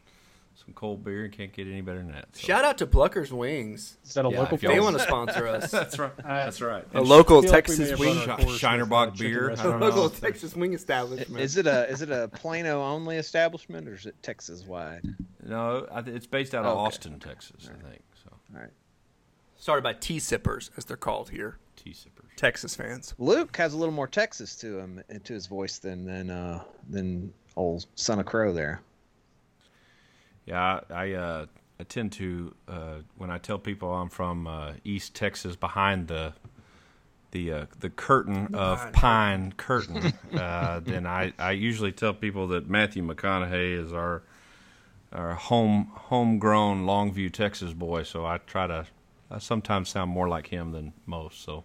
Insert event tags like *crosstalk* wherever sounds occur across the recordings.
some cold beer. Can't get any better than that. so- Shout out to Plucker's Wings. Is that a Yeah, local if y'all- They place? want to sponsor *laughs* us. A *laughs* That's right. That's right. Oh. A local Feel like we may Texas have wing run our shop, course with Shinerbach that chicken beer. restaurant. I don't local *laughs* know. Texas wing establishment. Is it a is it a Plano only establishment or is it Texas wide? No, I th- it's based out of Okay. Austin, Texas, I think. So, All right. started by tea sippers, as they're called here, tea sippers. Texas fans? Luke has a little more Texas to him to his voice than than uh than old son of Crow there. Yeah, I, I, uh, I tend to uh, when I tell people I'm from uh, East Texas, behind the the uh, the curtain of pine curtain, *laughs* uh, then I, I usually tell people that Matthew McConaughey is our our home homegrown Longview, Texas boy. So I try to I sometimes sound more like him than most. So.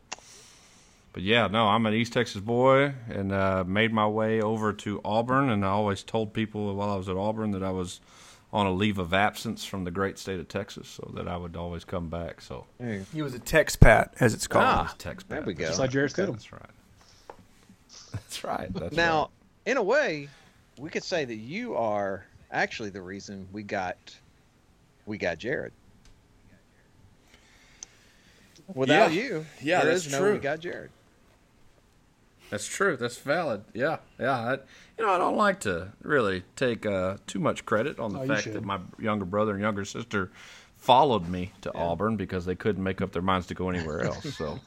But yeah, no, I'm an East Texas boy and uh, made my way over to Auburn. And I always told people while I was at Auburn that I was on a leave of absence from the great state of Texas, so that I would always come back. So He was a Texpat, as it's called. Ah, text there back. we go. Just like Jared Stidham. That's right. That's right. *laughs* That's Now, in a way, we could say that you are actually the reason we got we got Jared. Without Yeah. you, Yeah, there that's is no we true. got Jared. That's true. That's valid. Yeah, yeah. I, you know, I don't like to really take uh, too much credit on the Oh, you fact should. that my younger brother and younger sister followed me to Auburn because they couldn't make up their minds to go *laughs* anywhere else. So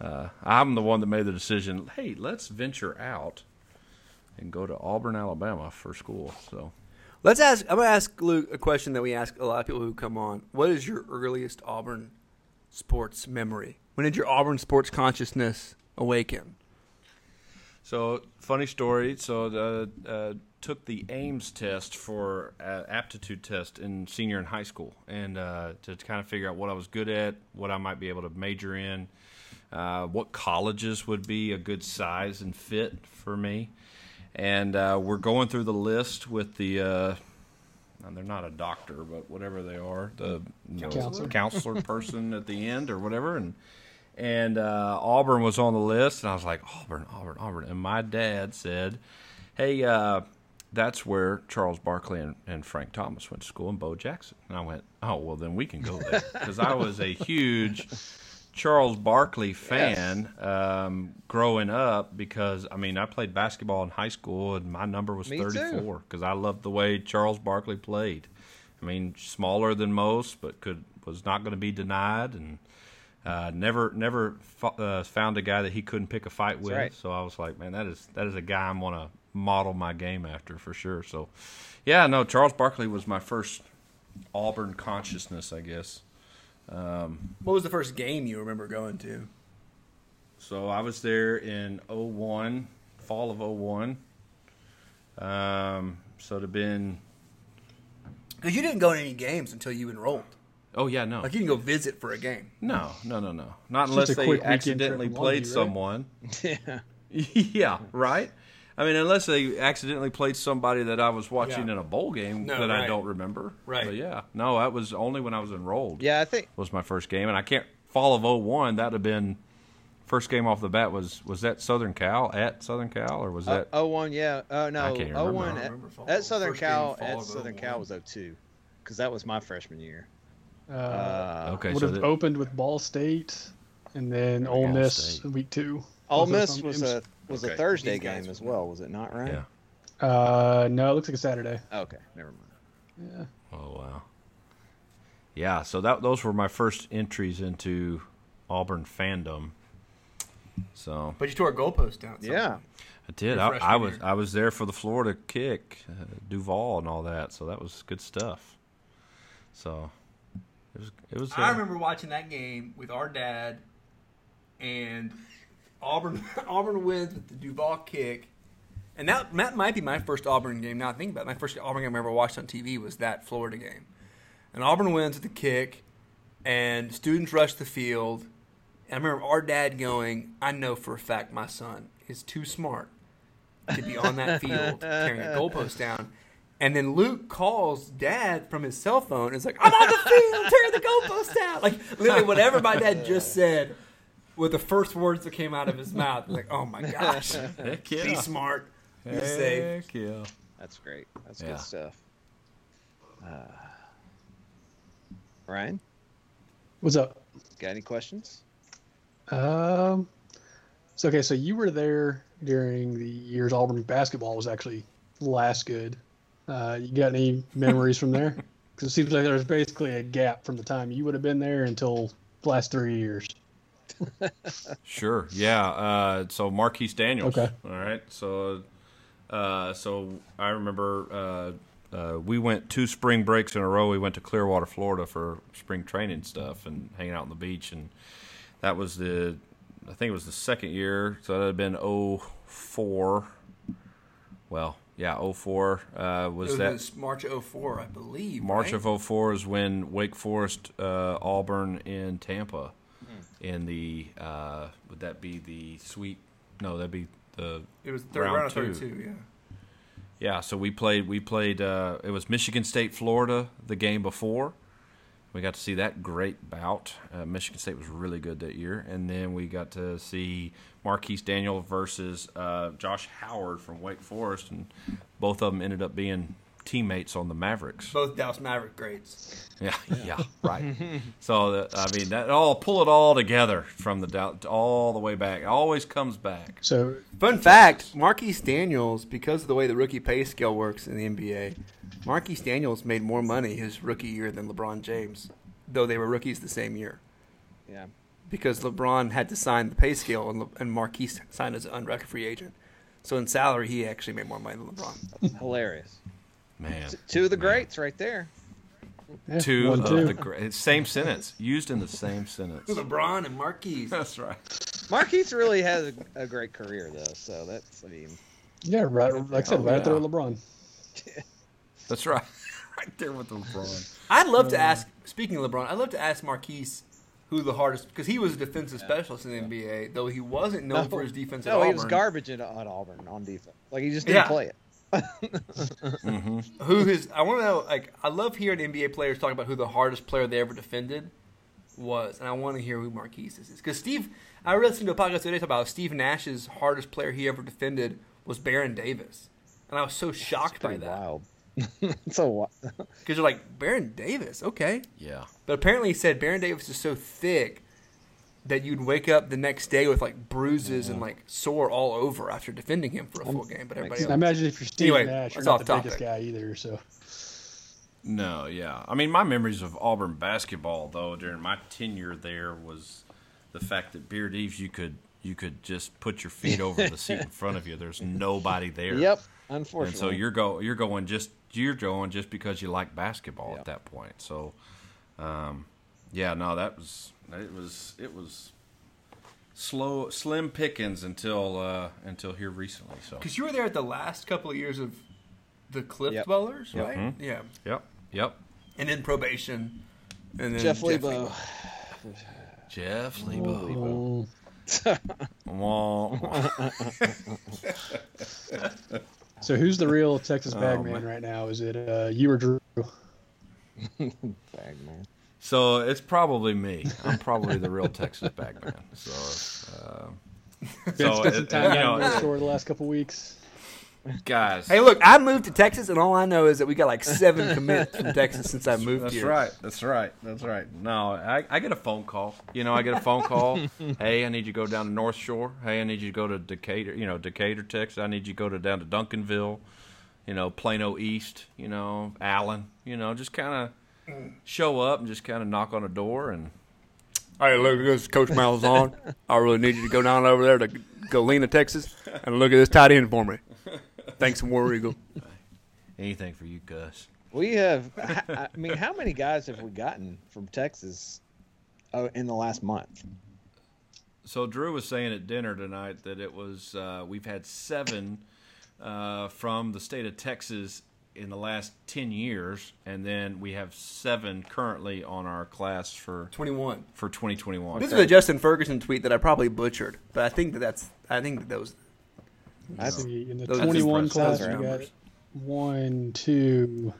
uh, I'm the one that made the decision. Hey, let's venture out and go to Auburn, Alabama for school. So Let's ask. I'm gonna ask Luke a question that we ask a lot of people who come on. What is your earliest Auburn sports memory? When did your Auburn sports consciousness awaken? So funny story. So the, uh, took the Ames test for uh, aptitude test in senior in high school, and uh, to kind of figure out what I was good at, what I might be able to major in, uh, what colleges would be a good size and fit for me, and uh, we're going through the list with the. Uh, now, they're not a doctor, but whatever they are, the you know, Counselor. counselor person at the end or whatever, and and uh, Auburn was on the list, and I was like Auburn, Auburn, Auburn, and my dad said, "Hey, uh, that's where Charles Barkley and, and Frank Thomas went to school, and Bo Jackson." And I went, "Oh, well, then we can go *laughs* there," because I was a huge Charles Barkley fan um, growing up because I mean I played basketball in high school and my number was Me too. 34 because I loved the way Charles Barkley played. I mean smaller than most but could was not going to be denied and uh, never never fo- uh, found a guy that he couldn't pick a fight with. right. So I was like, man, that is that is a guy I'm going to model my game after for sure. So yeah, no Charles Barkley was my first Auburn consciousness, I guess. What was the first game you remember going to? So I was there in '01, fall of '01. Um, so it'd have been, Because you didn't go to any games until you enrolled. oh, yeah, no. Like you didn't go visit for a game. No, no, no, no. It's Not just unless a they quick weekend accidentally trip to played Longview, right? *laughs* someone. Yeah. *laughs* yeah, right? I mean, unless they accidentally played somebody that I was watching Yeah. in a bowl game No, that I right. don't remember. Right. But yeah, no, that was only when I was enrolled. Yeah, I think was my first game, and I can't fall of 01. That'd have been first game off the bat. Was was that Southern Cal at Southern Cal or was uh, that? 01, yeah. Oh, no. I can't remember. 01 I at, remember fall- at Southern first game Cal, fall at of Southern 01. Cal was 02 because that was my freshman year. Uh, okay, would so have that- opened with Ball State, and then Ole Ball Miss State. week two. Ole Both those Miss home was games. a was Okay, a Thursday these guys game as were- well, was it not? oh Right? yeah. Uh, no, it looks like a Saturday. Okay, never mind. Oh wow. Yeah, so that those were my first entries into Auburn fandom. So But you tore a goalpost down. so- Yeah, I did. Your I, I freshman was year. I was there for the Florida kick, uh, Duval, and all that. So that was good stuff. So it was it was. I uh, remember watching that game with our dad, and Auburn *laughs* Auburn wins with the Duval kick, and that that might be my first Auburn game. Now I think about it, my first Auburn game I ever watched on TV was that Florida game, and Auburn wins with the kick, and students rush the field. And I remember our dad going, "I know for a fact my son is too smart to be on that field carrying a goalpost down." And then Luke calls dad from his cell phone and is like, I'm on the field tearing the goalpost down. Like, literally, whatever my dad just said were the first words that came out of his mouth. Like, oh my gosh. Heck Be yeah. smart. Be safe. Heck yeah. that's great. That's Yeah. good stuff. Uh, Ryan, What's up? got any questions? Um, so okay, so you were there during the years Auburn basketball was actually last good. Uh, you got any memories from *laughs* there? Because it seems like there's basically a gap from the time you would have been there until the last three years. Sure. Yeah. Uh, so Marquise Daniels. Okay. All right. So, uh, so I remember uh, uh, we went two spring breaks in a row. We went to Clearwater, Florida, for spring training stuff and hanging out on the beach. And that was the, I think it was the second year. So that had been 04. Well, yeah, 04 uh, was it that was March 04, I believe. March right? of 04 is when Wake Forest, uh, Auburn in Tampa, Hmm. in the uh, would that be the Sweet? No, that'd be the It was the third round, of 32, yeah. yeah, so we played. We played. Uh, it was Michigan State, Florida, the game before. We got to see that great bout. Uh, Michigan State was really good that year, and then we got to see Marquise Daniel versus uh, Josh Howard from Wake Forest, and both of them ended up being teammates on the Mavericks. Both Dallas Maverick grades. Yeah, *laughs* yeah, right. so the, I mean, that all pull it all together from the doubt all the way back. It always comes back. So Fun fact Marquise Daniels, because of the way the rookie pay scale works in the NBA, Marquise Daniels made more money his rookie year than LeBron James, though they were rookies the same year. Yeah, because LeBron had to sign the pay scale and, Le- and Marquise signed as an unrecord free agent. So in salary, he actually made more money than LeBron. hilarious. Man, Two of the greats right there. yeah, two one, of two. uh, the great same sentence used in *laughs* the same sentence. LeBron and Marquise. That's right. Marquise really has a, a great career though, so that's I mean, yeah, right. Like I said, Oh, right there yeah. with LeBron. That's right. *laughs* right there with LeBron. *laughs* I'd love Uh, to ask, speaking of LeBron, I'd love to ask Marquise who the hardest, because he was a defensive specialist in the NBA, though he wasn't known for his defense at no, Auburn. he was garbage in, on Auburn on defense. Like he just didn't Yeah. play it. Who is? I want to know. Like, I love hearing NBA players talk about who the hardest player they ever defended was, and I want to hear who Marquise is. Because Steve, I listened to a podcast today talking about how Steve Nash's hardest player he ever defended was Baron Davis, and I was so shocked by Pretty that wild. it's a wild. *laughs* because you're like Baron Davis, okay, Yeah. but apparently he said Baron Davis is so thick that you'd wake up the next day with like bruises and like sore all over after defending him for a full game. But everybody sense. I else, imagine if you're Steve Anyway, Nash, you're that's not off the biggest topic. guy either. So No, yeah. I mean, my memories of Auburn basketball, though, during my tenure there, was the fact that Beard Eves, you could you could just put your feet over the seat in front of you. There's nobody there. *laughs* Yep. And Unfortunately. so you're go you're going just you're going just because you like basketball Yeah. at that point. So, um, yeah, no, that was it was it was slow slim pickings until uh, until here recently. So because you were there at the last couple of years of the Cliff Yep. Dwellers, right? Yeah, yep, yep. and then probation, and then Jeff Lebo. Jeff um, Lebo. Wah, wah. so who's the real Texas Bagman man. right now? Is it uh, you or Drew? Bagman. So it's probably me. I'm probably the real Texas Bagman. So, uh, *laughs* so Spent some it- time you on the know, store the last couple weeks. guys. Hey, look, I moved to Texas, and all I know is that we got like *laughs* seven commits from Texas since I moved That's here. right. That's right. That's right. No, I, I get a phone call. You know, I get a *laughs* phone call. hey, I need you to go down to North Shore. Hey, I need you to go to Decatur. You know, Decatur, Texas. I need you to go to down to Duncanville. You know, Plano East. You know, Allen. You know, just kind of show up and just kind of knock on a door and Hey, look, this is Coach Miles on. I really need you to go down over there to Galena, Texas, and look at this tight end for me. Thanks, War *laughs* Eagle. anything for you, Gus. We have. I I mean, how many guys have we gotten from Texas uh, in the last month? So Drew was saying at dinner tonight that it was uh, we've had seven uh, from the state of Texas in the last ten years, and then we have seven currently on our class for 21. for 2021. This is a Justin Ferguson tweet that I probably butchered, but I think that that's, I think that those, I Let's see, in the Those are 21 impressive. class, Those are you got numbers. one, two,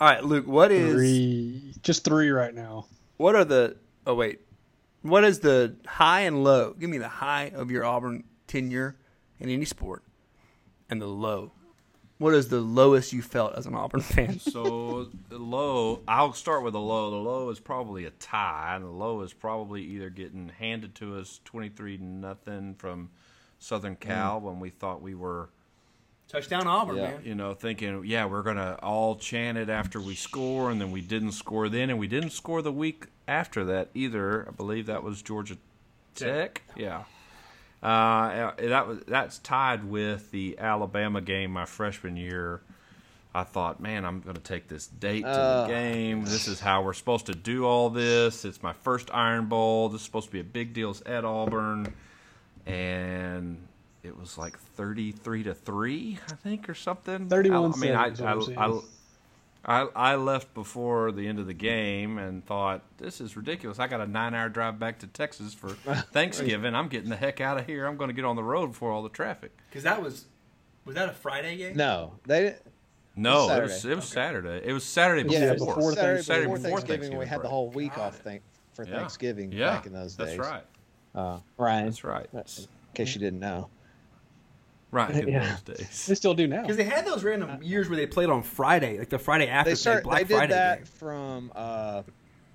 all right, Luke, what is, three, just three right now. what are the, oh, wait, what is the high and low? Give me the high of your Auburn tenure in any sport and the low. What is the lowest you felt as an Auburn fan? So the low, I'll start with a low. The low is probably a tie, and the low is probably either getting handed to us 23 nothing from Southern Mm. Cal when we thought we were *laughs* Touchdown Auburn, Yeah. man. you know, thinking, yeah, we're gonna all chant it after we score, and then we didn't score then, and we didn't score the week after that either. I believe that was Georgia Tech. Yeah, uh, that was that's tied with the Alabama game my freshman year. I thought, man, I'm gonna take this date to Ugh. the game. This is how we're supposed to do all this. It's my first Iron Bowl. This is supposed to be a big deal. It's at Auburn and it was like 33 to 3 i think or something 31 i, I mean I, seconds, what I, I'm I, saying. I, I left before the end of the game and thought this is ridiculous i got a nine hour drive back to texas for thanksgiving i'm getting the heck out of here i'm going to get on the road before all the traffic Because that was, was that a Friday game? No, they. no it was, Saturday. it was saturday it was saturday before, Yeah, Yeah, before, before Saturday, Thanksgiving. before Saturday before Thanksgiving, we had the break. whole week off thank, for Yeah. Thanksgiving Yeah, back in those days. that's right Ryan, that's right in case you didn't know. right in Yeah. those days *laughs* They still do now. Because they had those random years where they played on Friday, like the Friday after They the start. Black They did Friday that game. from. Uh,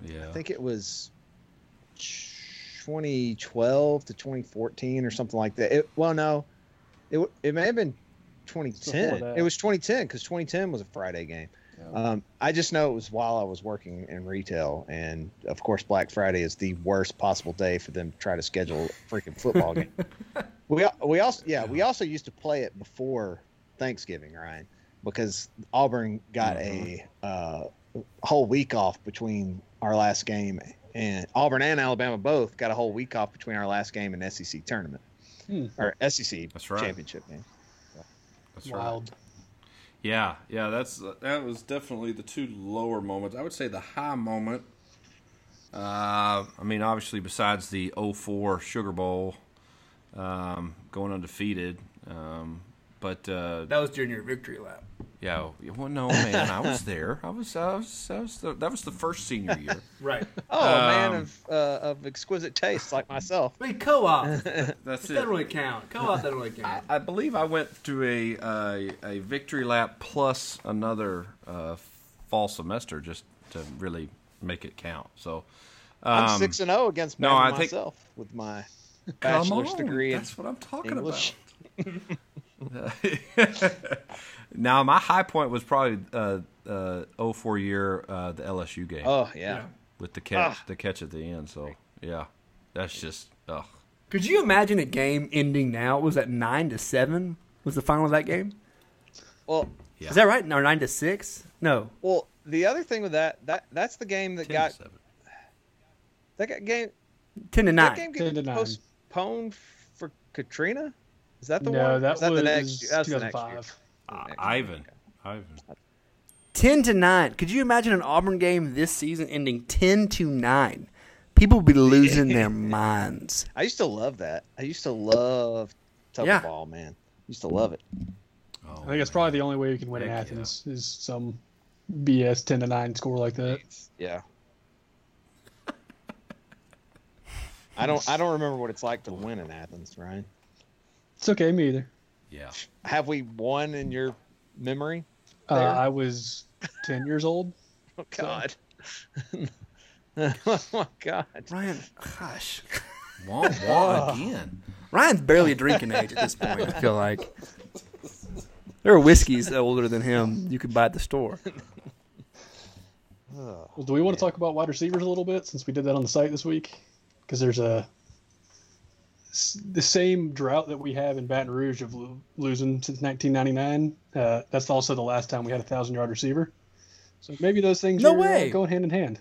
yeah I think it was 2012 to 2014 or something like that. It, well, no, it w- it may have been Before 2010. that. It was 2010 because 2010 was a Friday game. Um, I just know it was while I was working in retail, and of course, Black Friday is the worst possible day for them to try to schedule a freaking football *laughs* game. We al- we also yeah we also used to play it before Thanksgiving, Ryan, because Auburn got a uh, Mm-hmm. whole week off between our last game and Auburn and Alabama both got a whole week off between our last game and SEC tournament or SEC Hmm. That's right. championship game. that's right Wild. Yeah, yeah, that's that was definitely the two lower moments. I would say the high moment. Uh, I mean, obviously, besides oh the 04 Sugar Bowl, um, going undefeated, um, But uh, That was during your victory lap. yeah, well, no man, I *laughs* was there. I was, I was, I was the, that was the first senior year. Right. Oh, a man Um, of uh, of exquisite taste like myself. I mean, co-op. *laughs* that That's it. don't really count. Co-op, that don't really count. I believe I went to a a, a victory lap plus another uh, fall semester just to really make it count. So *laughs* I'm um, six and zero against no, no, I think- myself with my come bachelor's on, degree in That's what I'm talking English. about. now my high point was probably uh, uh, 04 year uh, the LSU game Oh yeah. with the catch the catch at the end. So yeah, that's just ugh. Could you imagine a game ending now? Was that nine to seven? Was the final of that game? Well, Yeah. Is that right? Or nine to six? No. well, the other thing with that that that's the game that 10 to got seven. that got game Ten to nine. that game 10 to got 9. postponed for Katrina. Is that the no, one? that Is was the next. That's the next year. 2005. Ivan. Ivan. Ten to nine. Could you imagine an Auburn game this season ending ten to nine? People would be losing *laughs* their minds. I used to love that. I used to love Yeah. Tuckerball, man. Used to love it. Oh, I think that's probably the only way you can win in Heck, yeah. Athens is some BS 10 to 9 score like that. Yeah. I don't. I don't remember what it's like to win in Athens, Ryan. It's okay, me either. yeah. Have we won in your memory? Uh, There. I was 10 years old. Oh God. *laughs* oh my God. Ryan, gosh, Wah, wah again. Ryan's barely drinking age at this point. I feel like there are whiskeys older than him you could buy at the store. Well, do we want to talk about wide receivers a little bit since we did that on the site this week? Because there's a s- the same drought that we have in Baton Rouge of lo- losing since 1999. Uh, that's also the last time we had a thousand yard receiver. So maybe those things No are uh, way. going hand in hand.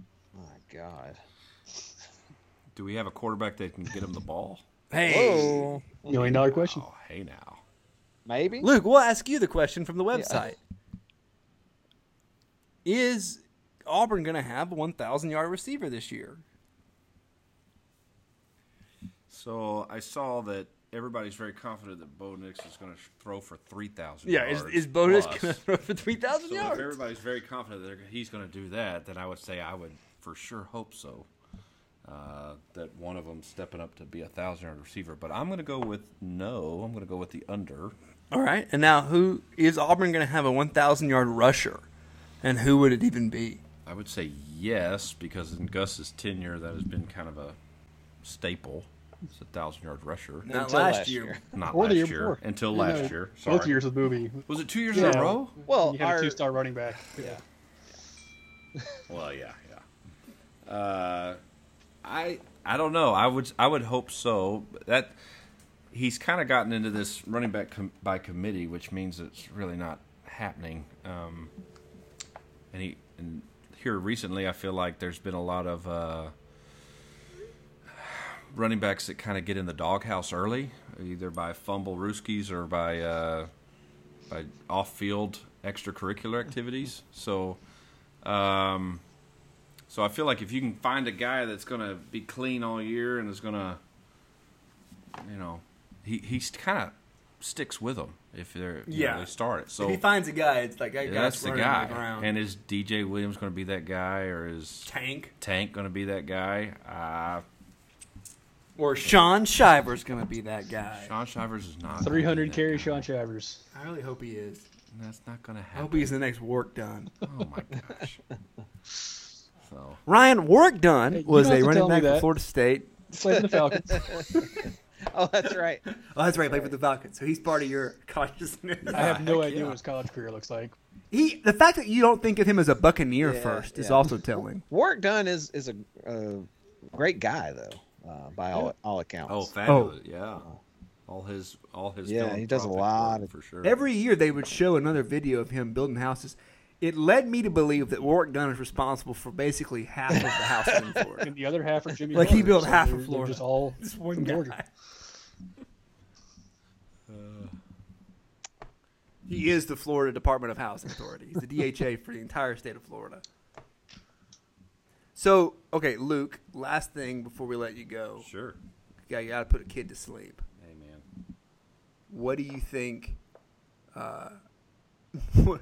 Oh my God. Do we have a quarterback that can get him the ball? Hey, Whoa. Million dollar question. Oh, hey now. Maybe. Luke, we'll ask you the question from the website. Is Auburn going to have a 1,000 yard receiver this year? So I saw that everybody's very confident that Bo Nix is going to throw for three thousand. Yeah, is, is Bonus going to *laughs* throw for 3,000 So if yards? everybody's very confident that they're- he's going to do that, then I would say I would for sure hope so. Uh, that one of them stepping up to be a thousand yard receiver, but I'm going to go with no. I'm going to go with the under. All right. And now, who is Auburn going to have a 1,000 yard rusher? And who would it even be? I would say yes because in Gus's tenure, that has been kind of a staple. It's a thousand yard rusher. Not Until last year. Not Or last the year year, before. until You last know, year. Sorry. Both years with Booby. Was it two years in Yeah. a row? Well, you had our- *laughs* a two star running back. Well, yeah, yeah. Uh, I I don't know. I would I would hope so. But that he's kind of gotten into this running back com- by committee, which means it's really not happening. Um, and he and here recently, I feel like there's been a lot of uh, running backs that kind of get in the doghouse early, either by fumble rooskies or by uh, by off-field extracurricular *laughs* activities. So. Um, so I feel like if you can find a guy that's going to be clean all year and is going to, you know, he he's kind of sticks with them if they're you know, Yeah. they start it. So if he finds a guy, it's like, that yeah, guy's that's the running on guy. the ground. and is DJ Williams going to be that guy or is Tank Tank going to be that guy? Uh, or Sean Shiver's going to be that guy. Uh, Sean Shivers is not. gonna be 300 that carry guy. Sean Chavers. I really hope he is. That's not going to I happen. hope he's the next work done. Oh my *laughs* gosh. so *laughs* Ryan Work done Hey, you was don't a have to running tell me back for that. Florida State. Played for *laughs* the Falcons. Oh, that's right. Oh, that's right, played for the Falcons. So he's part of your *laughs* consciousness. I have no idea what his college career looks like. He, the fact that you don't think of him as a Buccaneer Yeah, first is yeah. also telling. Warwick Dunn is is a uh, great guy though, uh, by all, all accounts. oh fabulous yeah. All his, all his. Yeah, he does a philanthropic lot work, of- for sure. Every year they would show another video of him building houses. It led me to believe that Warwick Dunn is responsible for basically half of the house in Florida. And the other half are Jimmy. Like, he Butler, built so half of they're- they're Florida. Just all *laughs* This one from Georgia. guy. Uh, He is the Florida Department of Housing Authority. He's the DHA for the entire state of Florida. So, okay, Luke, last thing before we let you go. sure. Yeah, you gotta put a kid to sleep. Hey man. What do you think? Uh, *laughs*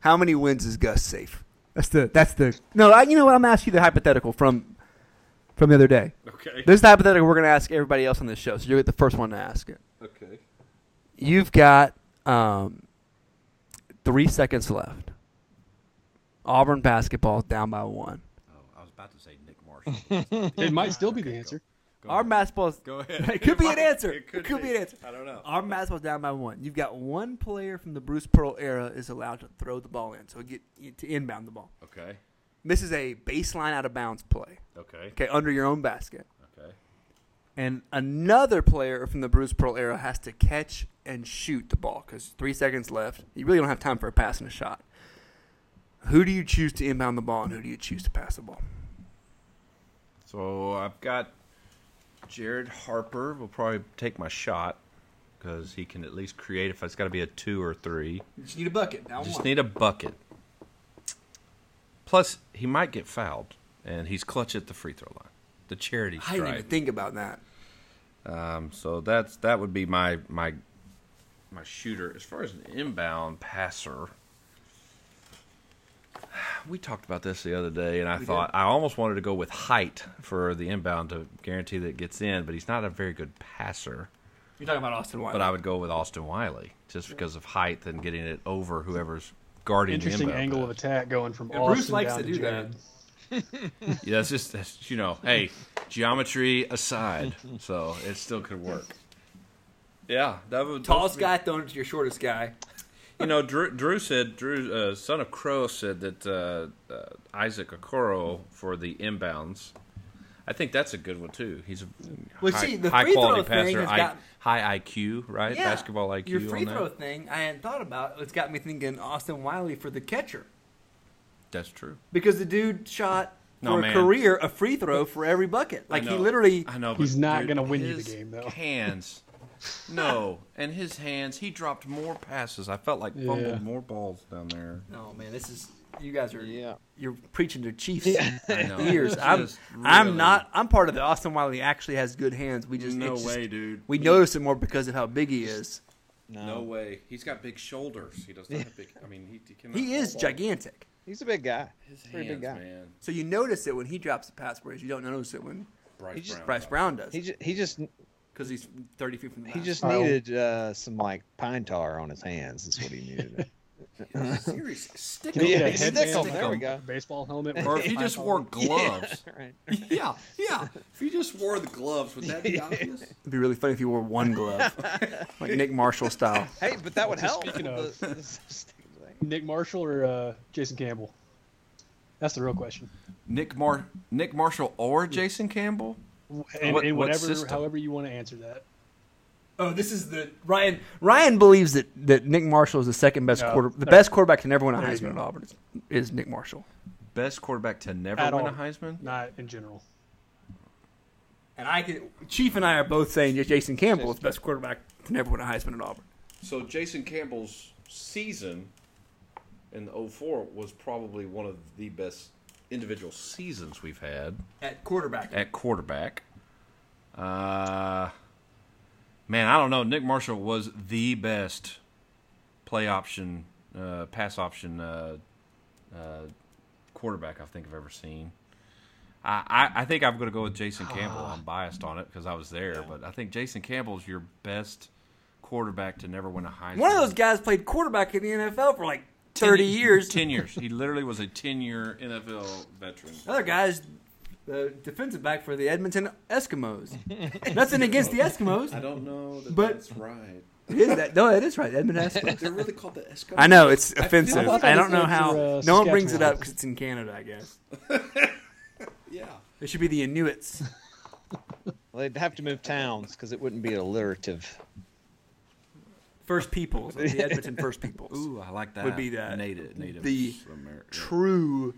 how many wins is Gus safe? That's the that's the no. I, you know what? I'm asking you the hypothetical from from the other day. Okay. This is the hypothetical we're gonna ask everybody else on this show. So you're the first one to ask it. Okay. You've got um, three seconds left. Auburn basketball down by one. Oh, I was about to say Nick *laughs* Marshall. It might still be the answer. Go Auburn ahead. basketball. *laughs* Go ahead. It could be *laughs* an might- answer. It could, be. an answer. I don't know. Auburn basketball's down by one. You've got one player from the Bruce Pearl era is allowed to throw the ball in, so get to inbound the ball. Okay. This is a baseline out of bounds play. Okay. Okay, under your own basket. Okay. and another player from the Bruce Pearl era has to catch and shoot the ball because three seconds left. You really don't have time for a pass and a shot. Who do you choose to inbound the ball and who do you choose to pass the ball? So I've got Jared Harper. Will probably take my shot because he can at least create. If it's got to be a two or three, You just need a bucket. Now just one. need a bucket. Plus, he might get fouled, and he's clutch at the free throw line, the charity I stripe. didn't even think about that. Um, so that's that would be my my my shooter as far as an inbound passer. *sighs* We talked about this the other day, and I thought I almost wanted to go with height for the inbound to guarantee that it gets in, but he's not a very good passer. You're talking about Austin White. But I would go with Austin Wiley just because of height and getting it over whoever's guarding Interesting the inbound. angle of pass. attack going from Yeah, Austin Bruce likes down to to, do Jared. that. *laughs* Yeah, that's just that's, you know, hey, geometry *laughs* aside, so it still could work. Yeah, that would Tallest that would be- guy thrown to your shortest guy. You know, Drew, Drew said, Drew, uh, son of Crow said that uh, uh, Isaac Okoro for the inbounds. I think that's a good one too. He's a Well, high, see, the high free throw quality thing passer, has I, got- high IQ, right? Basketball IQ. Your free on throw that. thing I hadn't thought about. It's got me thinking Austin Wiley for the catcher That's true. because the dude shot No, for a man. career a free throw for every bucket. Like I he know. literally. I know, He's but not dude, gonna win you the his game, though. *laughs* Hands, no, and his hands. He dropped more passes. I felt like fumbled Yeah. more balls down there. Oh man, this is you guys are. Yeah. You're preaching to Chiefs *laughs* I know. ears. It's I'm. just really- I'm not. I'm part of the Austin Wiley actually has good hands. We just No it's just- way, dude. We notice it more because of how big he is. No way. He's got big shoulders. He does not have big. I mean, he, he cannot. He is hold gigantic. He's a big guy. His He's a pretty big hands, guy. man. So you notice it when he drops the pass, whereas you don't notice it when Bryce just- Brown. Bryce Brown does, He just he just because he's 30 feet from the he basket. just Oh. needed uh, some like pine tar on his hands. Is what he needed. Serious. Stick Can he him. get a he's headband? nickel. There we like a go. Baseball helmet. with Or a if he high just collar? *laughs* wore gloves. right. Yeah, yeah. If he just wore the gloves, would that be obvious? It'd be really funny if you wore one glove, like Nick Marshall style. Hey, but that would help. speaking of- The- the- the- *laughs* Nick Marshall or uh, Jason Campbell? That's the real question. Nick Mar, Nick Marshall, or Jason Campbell? And, What- and what whatever, system? however you want to answer that. Oh, this is the Ryan. Ryan believes that, that Nick Marshall is the second best Yeah. quarter, the There- best quarterback to never win a there you Heisman at go. Auburn is, is Nick Marshall. Best quarterback to never At win all. a Heisman? Not in general. And I can. Chief and I are both saying that Jason Campbell is the best quarterback to never win a Heisman at Auburn. So Jason Campbell's season in the 04 was probably one of the best individual seasons we've had. At quarterback. at quarterback. Uh, man, I don't know. Nick Marshall was the best play option, uh, pass option uh, uh, quarterback I think I've ever seen. I, I, I think I'm going to go with Jason Campbell. I'm biased on it because I was there, but I think Jason Campbell's your best quarterback to never win a Heisman. One of those guys played quarterback in the NFL for like 30 years. *laughs* ten years. He literally was a ten-year NFL veteran. Other guys, the defensive back for the Edmonton Eskimos. Nothing against the Eskimos. I don't know that But- that's right. It is that. No, it is right. Edmonton Eskimos. They're really called the Eskimos. I know it's offensive. thought I that don't was know good how. for, uh, no one brings it Saskatchewan. up because it's in Canada, I guess. *laughs* Yeah. It should be the Inuits. Well, they'd have to move towns because it wouldn't be alliterative. First Peoples, like the Edmonton First Peoples. Ooh, I like that. Would be that native, native the Amer- True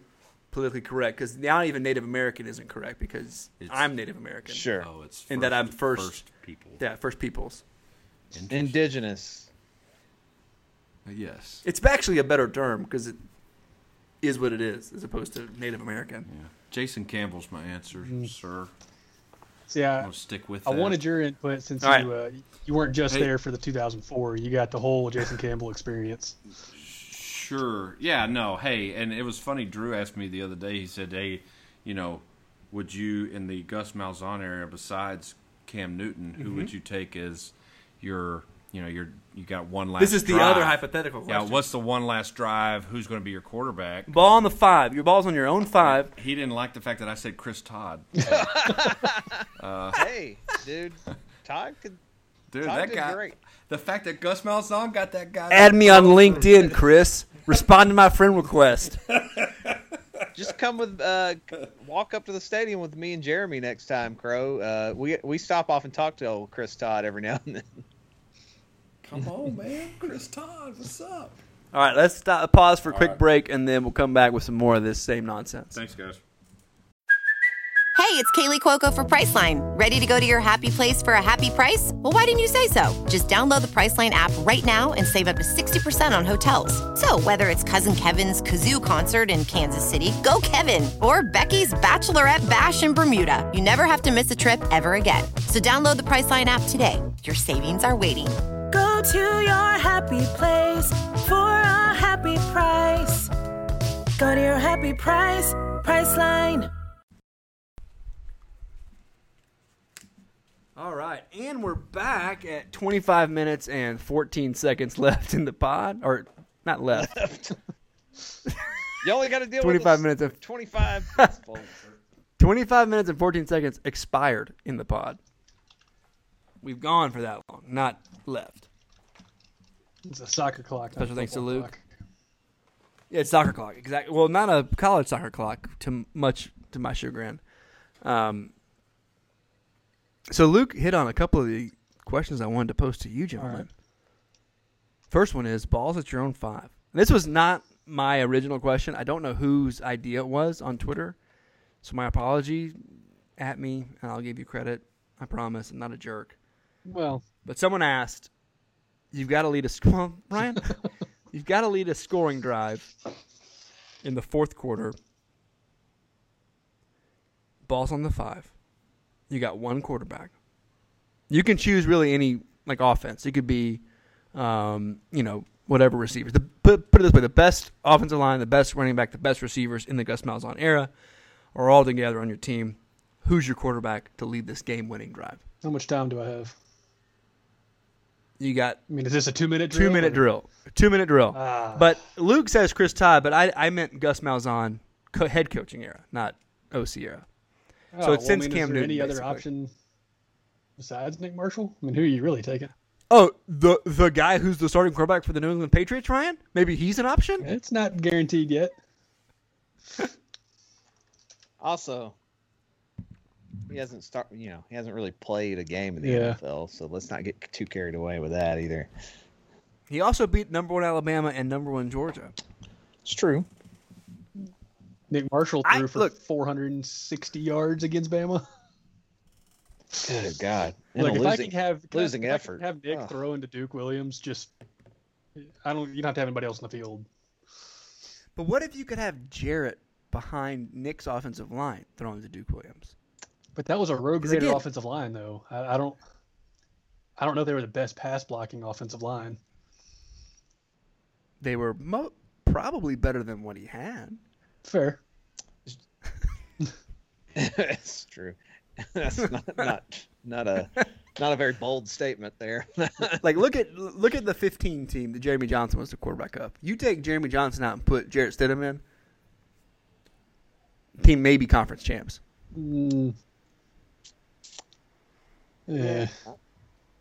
politically correct because now even Native American isn't correct because It's- I'm Native American. Sure. Oh, it's first, And that I'm first- people. Yeah, First Peoples. Indigenous. Yes. It's actually a better term because it is what it is as opposed to Native American. Mm. Yeah. Jason Campbell's my answer, sir. So, yeah, I'm gonna stick with. I that. wanted your input since All right. you uh, you weren't just Hey. there for the 2004. You got the whole Jason Campbell experience. Sure. Yeah, no. Hey, and it was funny. Drew asked me the other day, he said, hey, you know, would you, in the Gus Malzahn era, besides Cam Newton, who Mm-hmm. would you take as your, you know, your, you got one last This is the other drive. hypothetical Yeah, question. what's the one last drive? Who's going to be your quarterback? Ball on the five. Your ball's on your own five. He didn't like the fact that I said *laughs* Chris Todd. hey, dude, Todd could. Dude, Todd that did guy. great. The fact that Gus Malzahn got that guy. Add me on LinkedIn, Chris. Respond to my friend request. Just come with, uh, c- walk up to the stadium with me and Jeremy next time, Crow. Uh, we we stop off and talk to old Chris Todd every now and then. Come on, man. Chris Todd, what's up? *laughs* All right, let's stop, pause for a quick right. break, and then we'll come back with some more of this same nonsense. Thanks, guys. Hey, it's Kaylee Cuoco for Priceline. Ready to go to your happy place for a happy price? Well, why didn't you say so? Just download the Priceline app right now and save up to 60% on hotels. So, whether it's Cousin Kevin's Kazoo concert in Kansas City, go Kevin, or Becky's Bachelorette Bash in Bermuda, you never have to miss a trip ever again. So, download the Priceline app today. Your savings are waiting. Go to your happy place for a happy price. Go to your happy price, Priceline. All right, and we're back at 25 minutes and 14 seconds *laughs* left in the pod, or not *laughs* left. You only got to deal 25 with minutes of- twenty *laughs* five. 25 minutes and 14 seconds expired in the pod. We've gone for that long, not left. It's a soccer clock. not a Special thanks to football Luke. clock. Yeah, it's soccer clock. Exactly. Well, not a college soccer clock. To m- much to my chagrin. Um. So Luke hit on a couple of the questions I wanted to post to you, gentlemen. First one is balls at your own five. This was not my original question. I don't know whose idea it was on Twitter, so my apology. At me, and I'll give you credit. I promise, I'm not a jerk. Well, But someone asked, "You've got to lead a score, *laughs* well, Ryan. you've got to lead a scoring drive in the fourth quarter. Balls on the five. You got one quarterback. You can choose really any like offense. It could be, um, you know, whatever receivers. The, put, put it this way: the best offensive line, the best running back, the best receivers in the Gus Malzahn era are all together on your team. Who's your quarterback to lead this game-winning drive? how much time do I have? You got I mean, is this a two-minute drill? Two minute or- drill. Two minute drill. Ah. But Luke says Chris Todd, but I, I meant Gus Malzahn co- head coaching era, not OC era. Oh, So it's well, since I mean, Cam is there Newton, Any other basically. option besides Nick Marshall? I mean, who are you really taking? Oh, the the guy who's the starting quarterback for the New England Patriots, Ryan? Maybe he's an option? It's not guaranteed yet. Also, he hasn't start. You know, he hasn't really played a game in the Yeah. NFL, so let's not get too carried away with that either. He also beat number one Alabama and number one Georgia. It's true. Nick Marshall I- threw for look- 460 yards against Bama. Good God. And Like a if I losing, could have if I- losing if I could effort. have Nick Ugh. throw into Duke Williams. Just I don't. You don't have to have anybody else in the field. But what if you could have Jarrett behind Nick's offensive line throwing to Duke Williams? But that was a road 'Cause graded again- offensive line, though. I, I don't. I don't know if they were the best pass blocking offensive line. They were mo- probably better than what he had. Fair. *laughs* That's true. That's not, not not a not a very bold statement there. *laughs* Like look at look at the 15 team that Jeremy Johnson was the quarterback of. You take Jeremy Johnson out and put Jarrett Stidham in. Team maybe conference champs. Mm. Yeah.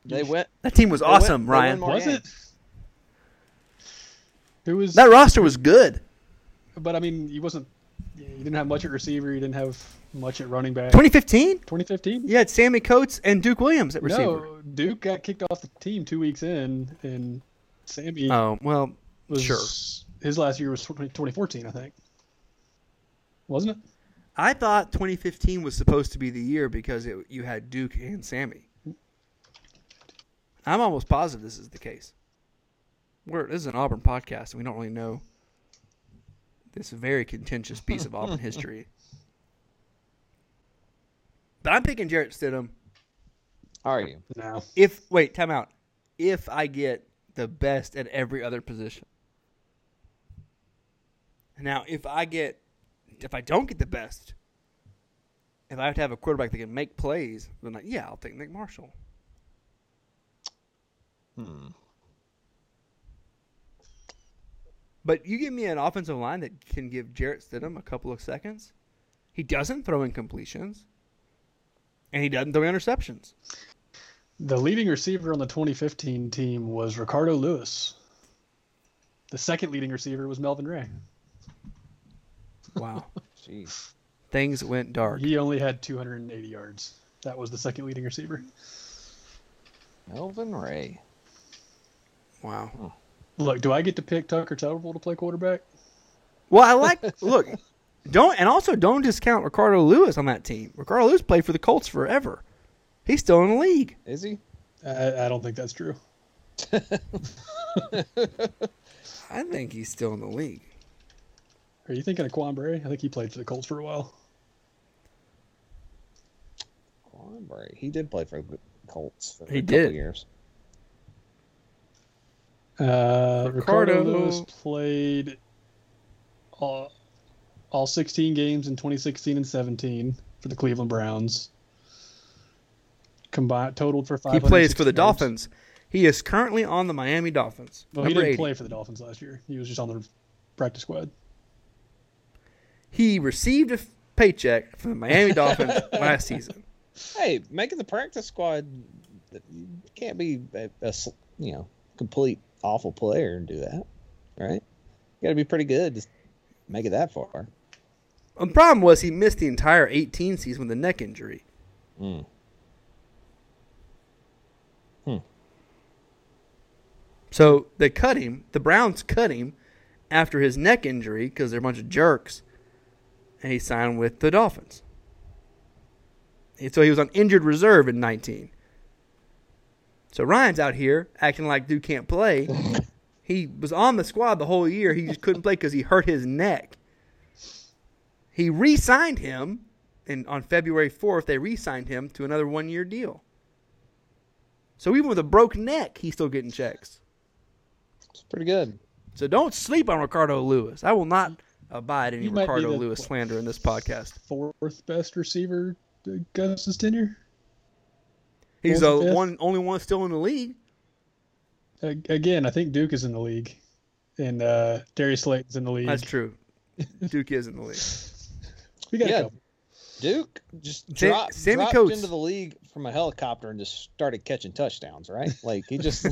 they went That team was win- awesome, they win Ryan. more- Was it? Who was? That roster was good. But I mean, he wasn't. You didn't have much at receiver. You didn't have much at running back. 2015. 2015. You had Sammy Coates and Duke Williams at receiver. No, Duke got kicked off the team two weeks in, and Sammy Oh well, was sure. his last year was 20- 2014, I think. Wasn't it? I thought 2015 was supposed to be the year because it, you had Duke and Sammy. I'm almost positive this is the case. We're this is an Auburn podcast, and we don't really know this very contentious piece of Auburn history. But But I'm picking Jarrett Stidham. Are you? No. If wait, time out. If I get the best at every other position. Now, if I get, if I don't get the best, if I have to have a quarterback that can make plays, then I, yeah, I'll take Nick Marshall. Hmm. But you give me an offensive line that can give Jarrett Stidham a couple of seconds. He doesn't throw incompletions, and he doesn't throw interceptions. The leading receiver on the 2015 team was Ricardo Lewis. The second leading receiver was Melvin Ray. *laughs* Wow, Jeez. things went dark. He only had 280 yards. That was the second leading receiver. Melvin Ray. Wow. Look, do I get to pick Tucker Tuberville to play quarterback? Well, I like look. Don't and also don't discount Ricardo Lewis on that team. Ricardo Lewis played for the Colts forever. He's still in the league. Is he? I, I don't think that's true. I think he's still in the league. Are you thinking of Quan Berry? I think he played for the Colts for a while. Quanbury. He did play for the Colts. For He a couple did. Years. Uh, Ricardo- Ricardo Lewis played all, all 16 games in 2016 and 17 for the Cleveland Browns. Combined totaled for five. He plays for the Dolphins. He is currently on the Miami Dolphins. Well, he number didn't 80. play for the Dolphins last year. He was just on the practice squad. He received a f- paycheck from the *laughs* Miami Dolphins last season. Hey, making the practice squad you can't be a, a sl- you know complete awful player and do that, right? You got to be pretty good to make it that far. The Um, problem was he missed the entire 18 season with a neck injury. Mm. So they cut him. The Browns cut him after his neck injury because they're a bunch of jerks, and he signed with the Dolphins. And so he was on injured reserve in 19. So Ryan's out here acting like dude can't play. he was on the squad the whole year. He just couldn't play because he hurt his neck. He re-signed him, and on February 4th they re-signed him to another one-year deal. So even with a broke neck, he's still getting checks. It's pretty good. So don't sleep on Ricardo Lewis. I will not abide any You might be Ricardo the- Lewis slander in this podcast. Fourth best receiver uh, Gus's tenure. He's Fourth, the fifth? one, only one still in the league. A- Again, I think Duke is in the league, and uh, Darius Slayton's in the league. That's *laughs* true. Duke is in the league. We got Yeah. a couple. Duke just Sam- dropped, Sammy dropped Coates. into the league from a helicopter and just started catching *laughs* touchdowns, right? Like he just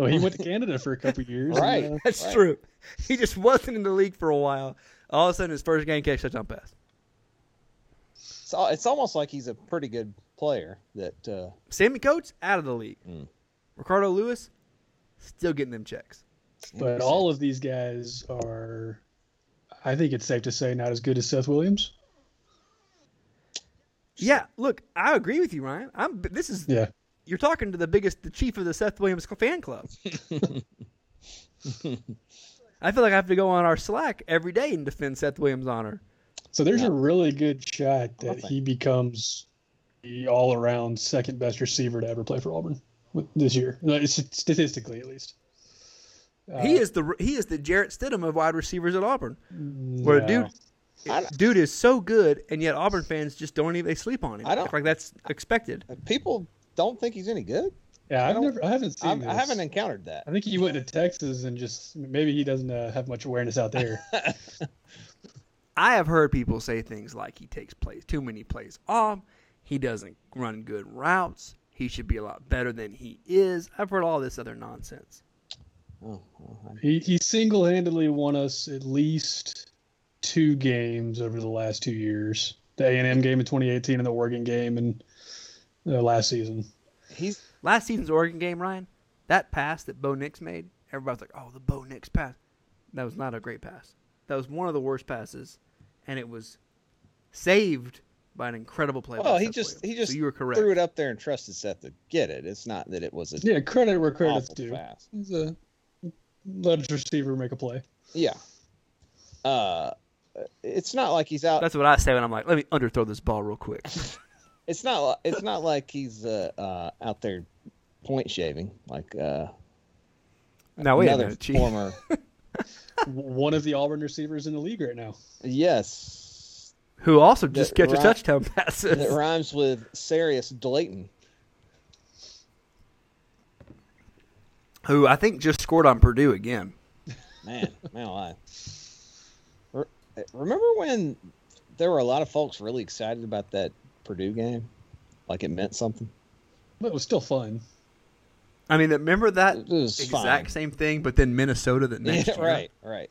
Oh, he went to Canada for a couple years. *laughs* and, right. uh, That's right. true. He just wasn't in the league for a while. All of a sudden, his first game catch touchdown pass. It's, al- it's almost like he's a pretty good player that uh, Sammy Coates out of the league. Mm. Ricardo Lewis still getting them checks. but all of these guys are, I think it's safe to say, not as good as Seth Williams. Yeah, look, I agree with you, Ryan. I'm. This is Yeah. you're talking to the biggest, the chief of the Seth Williams fan club. *laughs* I feel like I have to go on our Slack every day and defend Seth Williams' honor. So there's a really good shot that Okay. he becomes the all around second best receiver to ever play for Auburn with- this year, Like, st- statistically at least. he is the he is the Jarrett Stidham of wide receivers at Auburn, where No. I- dude dude is so good, and yet Auburn fans just don't even they sleep on him. I don't- like that's expected. people don't think he's any good. Yeah, I've don't- never, I haven't seen I'm, this. I haven't encountered that. I think he went to Texas and just maybe he doesn't uh, have much awareness out there. I have heard people say things like he takes plays too many plays off, he doesn't run good routes, he should be a lot better than he is. I've heard all this other nonsense. Oh, well, I- He he single handedly won us at least two games over the last two years. The A and M game in 2018 and the Oregon game and uh, last season. he's Last season's Oregon game, Ryan, that pass that Bo Nix made, everybody's like, "Oh, the Bo Nix pass." That was not a great pass. That was one of the worst passes, and it was saved by an incredible play. by well, Oh, he Seth just he Williams. just so you were correct. threw it up there and trusted Seth to get it. It's not that it was a Yeah, credit where credit's awful due. pass. He's a let his receiver make a play. Yeah. Uh, it's not like he's out. *laughs* That's what I say when I'm like, "Let me underthrow this ball real quick." It's not. li- It's not like he's uh, uh, out there point shaving like uh, Now Oh, wait another a minute, Chief. *laughs* former. One of the Auburn receivers in the league right now. yes, Who also just that catch a Ry- touchdown *laughs* that passes. rhymes with Sarius Dayton. Who I think just scored on Purdue again. Man, man, alive. Re- Remember when there were a lot of folks really excited about that Purdue game, like it meant something. But it was still fun. I mean, remember that It was exact fine. same thing, but then Minnesota the next *laughs* Yeah, year. right, right.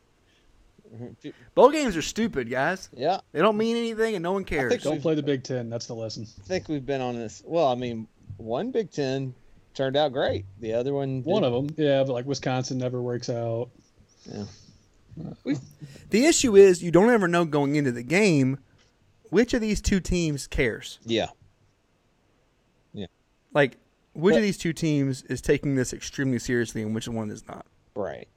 Mhm. Bowl games are stupid, guys. Yeah, They don't mean anything, and no one cares. think- Don't play the Big Ten. That's the lesson. I think we've been on this. Well, I mean, one Big Ten turned out great. The other one, One of them. Yeah, but like Wisconsin never works out. The issue is you don't ever know going into the game which of these two teams cares. yeah, Like which Yeah. of these two teams is taking this extremely seriously and which one is not. right.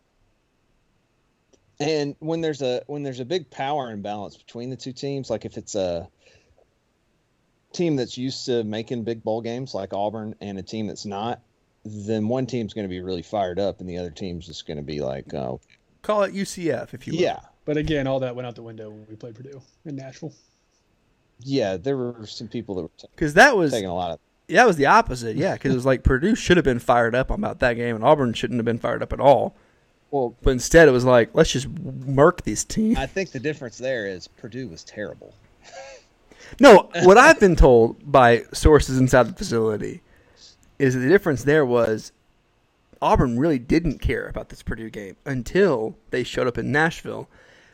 And when there's a when there's a big power imbalance between the two teams, like if it's a team that's used to making big bowl games like Auburn and a team that's not, then one team's going to be really fired up and the other team's just going to be like, oh, Call it UCF if you will. yeah, But again, all that went out the window when we played Purdue in Nashville. yeah. There were some people that were t- Because that was taking a lot of that was the opposite. Yeah, because it was like Purdue should have been fired up about that game, and Auburn shouldn't have been fired up at all. well, But instead, it was like let's just murk this team. I think the difference there is Purdue was terrible. No, what I've been told by sources inside the facility is that the difference there was Auburn really didn't care about this Purdue game until they showed up in Nashville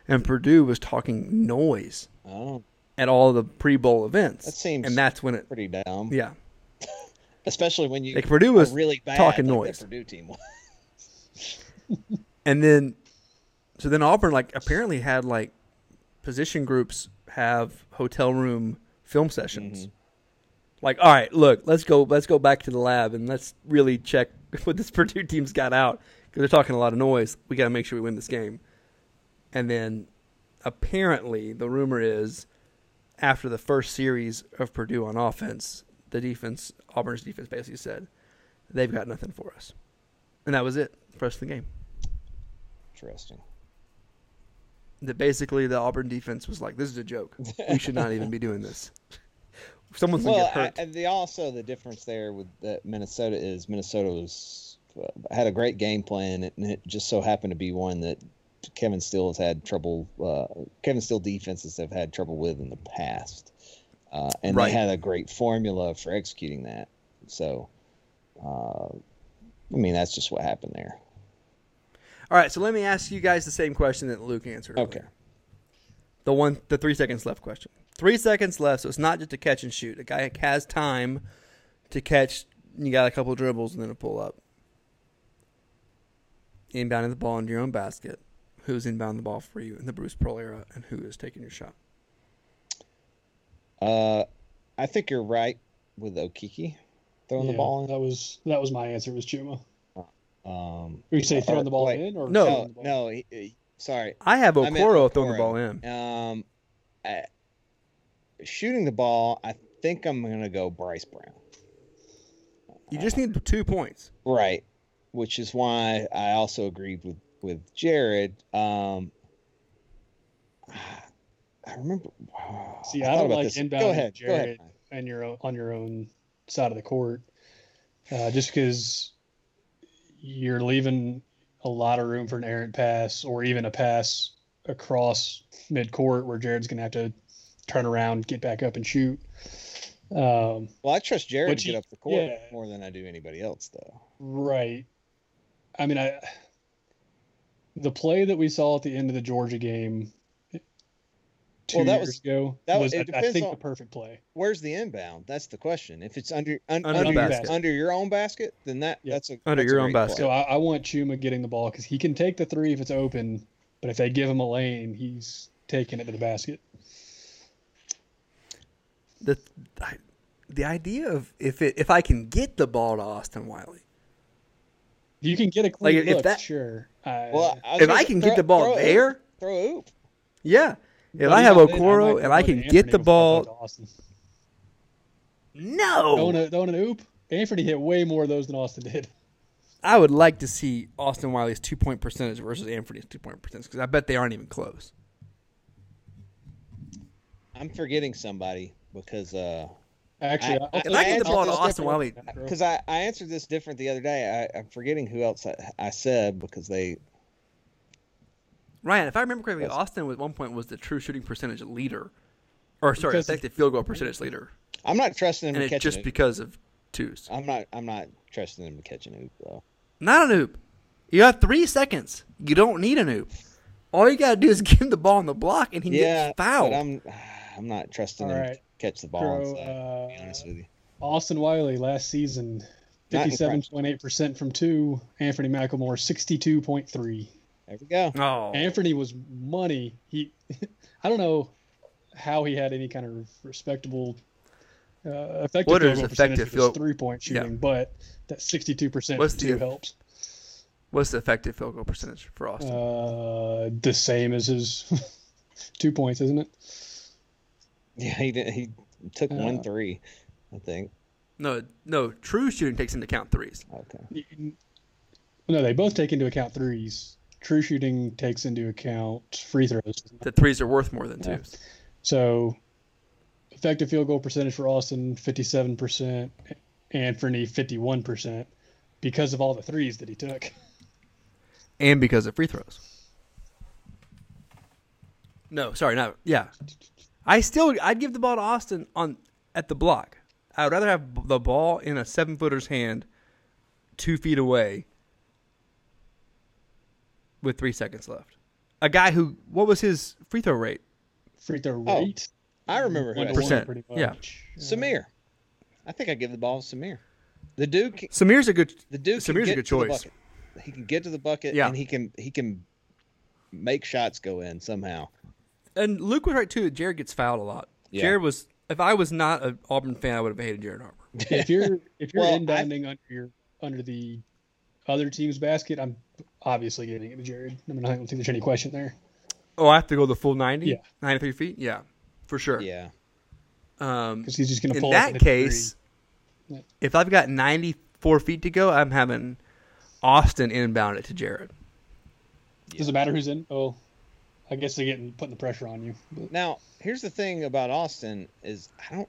and Purdue was talking noise Oh, at all the pre bowl events. That seems and that's when it pretty dumb. Yeah. especially when you Like, Purdue was are really bad, talking like noise. The Purdue team was. *laughs* And then so then Auburn like apparently had like position groups have hotel room film sessions. Like, all right, look, let's go let's go back to the lab and let's really check *laughs* what this Purdue team's got out cuz they're talking a lot of noise. We got to make sure we win this game. And then apparently the rumor is after the first series of Purdue on offense, the defense Auburn's defense basically said they've got nothing for us. And that was it. for us in the game Interesting. that basically the Auburn defense was like, "This is a joke. We should not even be doing *laughs* this. Someone's gonna Well, get I, hurt." I- the also the difference there with that Minnesota is Minnesota was uh, had a great game plan, and it just so happened to be one that Kevin Steele has had trouble. Uh, Kevin Steele defenses have had trouble with in the past, uh, and Right. they had a great formula for executing that. So, uh, I mean, that's just what happened there. All right, so let me ask you guys the same question that Luke answered. Okay. earlier. The one, the three seconds left question. Three seconds left, so it's not just a catch and shoot. A guy has time to catch. You got a couple dribbles and then a pull up. Inbounding the ball into your own basket. Who's inbounding the ball for you in the Bruce Pearl era, and who is taking your shot? Uh, I think you're right with Okiki throwing the Yeah, ball in. That was that was my answer. Was Chuma? Um, You say throwing or- the ball wait, in or No. throwing the ball Oh, no, he, he- sorry. I have I meant Okoro throwing the Okoro. ball in. Um, I, shooting the ball, I think I'm gonna go Bryce Brown. You just need two points. Right, which is why I also agreed with with Jared. Um, *sighs* I remember. *sighs* See, I I, thought don't about like this. Go inbound ahead, go ahead. Jared and your own, on your own side of the court, uh, just because you're leaving a lot of room for an errant pass or even a pass across mid court where Jared's gonna have to turn around, get back up, and shoot. Um, Well, I trust Jared Which to get he- up the court yeah. more than I do anybody else, though. Right. I mean, I the play that we saw at the end of the Georgia game two Well, that years was- ago that- was, it I- I depends think, on- the perfect play. Where's the inbound? That's the question. If it's under un, Under under, the your- basket. under your own basket, then that Yeah. that's a Under that's a your own great basket. So play. I, I want Chuma getting the ball because he can take the three if it's open, but if they give him a lane, he's taking it to the basket. the I- the idea of if it if I can get the ball to Austin Wiley, You can get a clean if look, that- sure. I, Well, I was if gonna I say can throw- get the ball throw a there, oop. throw a oop. yeah. If but I even have then, I might Okoro go and I with can Anthony get the before I go ball, to Austin. No. Throwing, a, throwing an oop. Anthony hit way more of those than Austin did. *laughs* I would like to see Austin Wiley's two point percentage versus Anthony's two point percentage because I bet they aren't even close. I'm forgetting somebody because uh, Actually, I, If I get the ball to Austin Wiley, because I, I answered this different the other day. I, I'm forgetting who else I, I said because they Ryan, if I remember correctly, Austin at one point was the true shooting percentage leader, or sorry, Because- effective field goal percentage leader, I'm not trusting him and to catch it's just an oop. because of twos. I'm not I'm not trusting him to catch an oop though. Not an oop. You have three seconds. You don't need an oop. All you gotta do is *laughs* give him the ball on the block, and he Yeah, gets fouled. but I'm *sighs* I'm not trusting him to Alright. catch the ball. Throw, inside, to be uh, honest with you, Austin Wiley last season, Not fifty-seven impressed. point eight percent from two. Anthony McElmore, sixty-two point three. there we go. oh, Anthony was money. He, *laughs* I don't know how he had any kind of respectable uh, effective What field is goal effective percentage field- three point shooting, but that sixty two percent What's from the- two helps. what's the effective field goal percentage for Austin? Uh, the same as his *laughs* two points, isn't it? *laughs* Yeah, he did, he took one Uh, three, I think. no, no, true shooting takes into account threes. Okay. No, they both take into account threes. True shooting takes into account free throws. doesn't it? The threes are worth more than Yeah. twos. So, effective field goal percentage for Austin, 57%, Anthony, 51%, because of all the threes that he took. *laughs* and because of free throws. No, sorry, not yeah. I still I'd give the ball to Austin on at the block. I would rather have b- the ball in a seven footer's hand, two feet away, with three seconds left. A guy who what was his free throw rate? Free throw Oh, rate, Mm, I remember who I one to said. one, Percent, pretty yeah. much. Samir. I think I give the ball to Samir. The Duke Samir's a good the Duke can Samir's get a good to the choice. bucket. He can get to the bucket Yeah. and he can he can make shots go in somehow. And Luke was right too. that Jared gets fouled a lot. Yeah. Jared was if I was not an Auburn fan, I would have hated Jared Harper. if you're if you're Well, I- inbounding under your under the other team's basket, I'm obviously getting it to Jared. I mean, I don't think there's any question there. Oh, I have to go the full ninety, Yeah. ninety three feet. Yeah, for sure. Yeah. Um, 'Cause he's just gonna in pull up that and hit the case, three. Yeah. if I've got ninety four feet to go, I'm having Austin inbound it to Jared. Does it matter who's in? Oh, I guess they're getting putting the pressure on you. But Now, here's the thing about Austin is I don't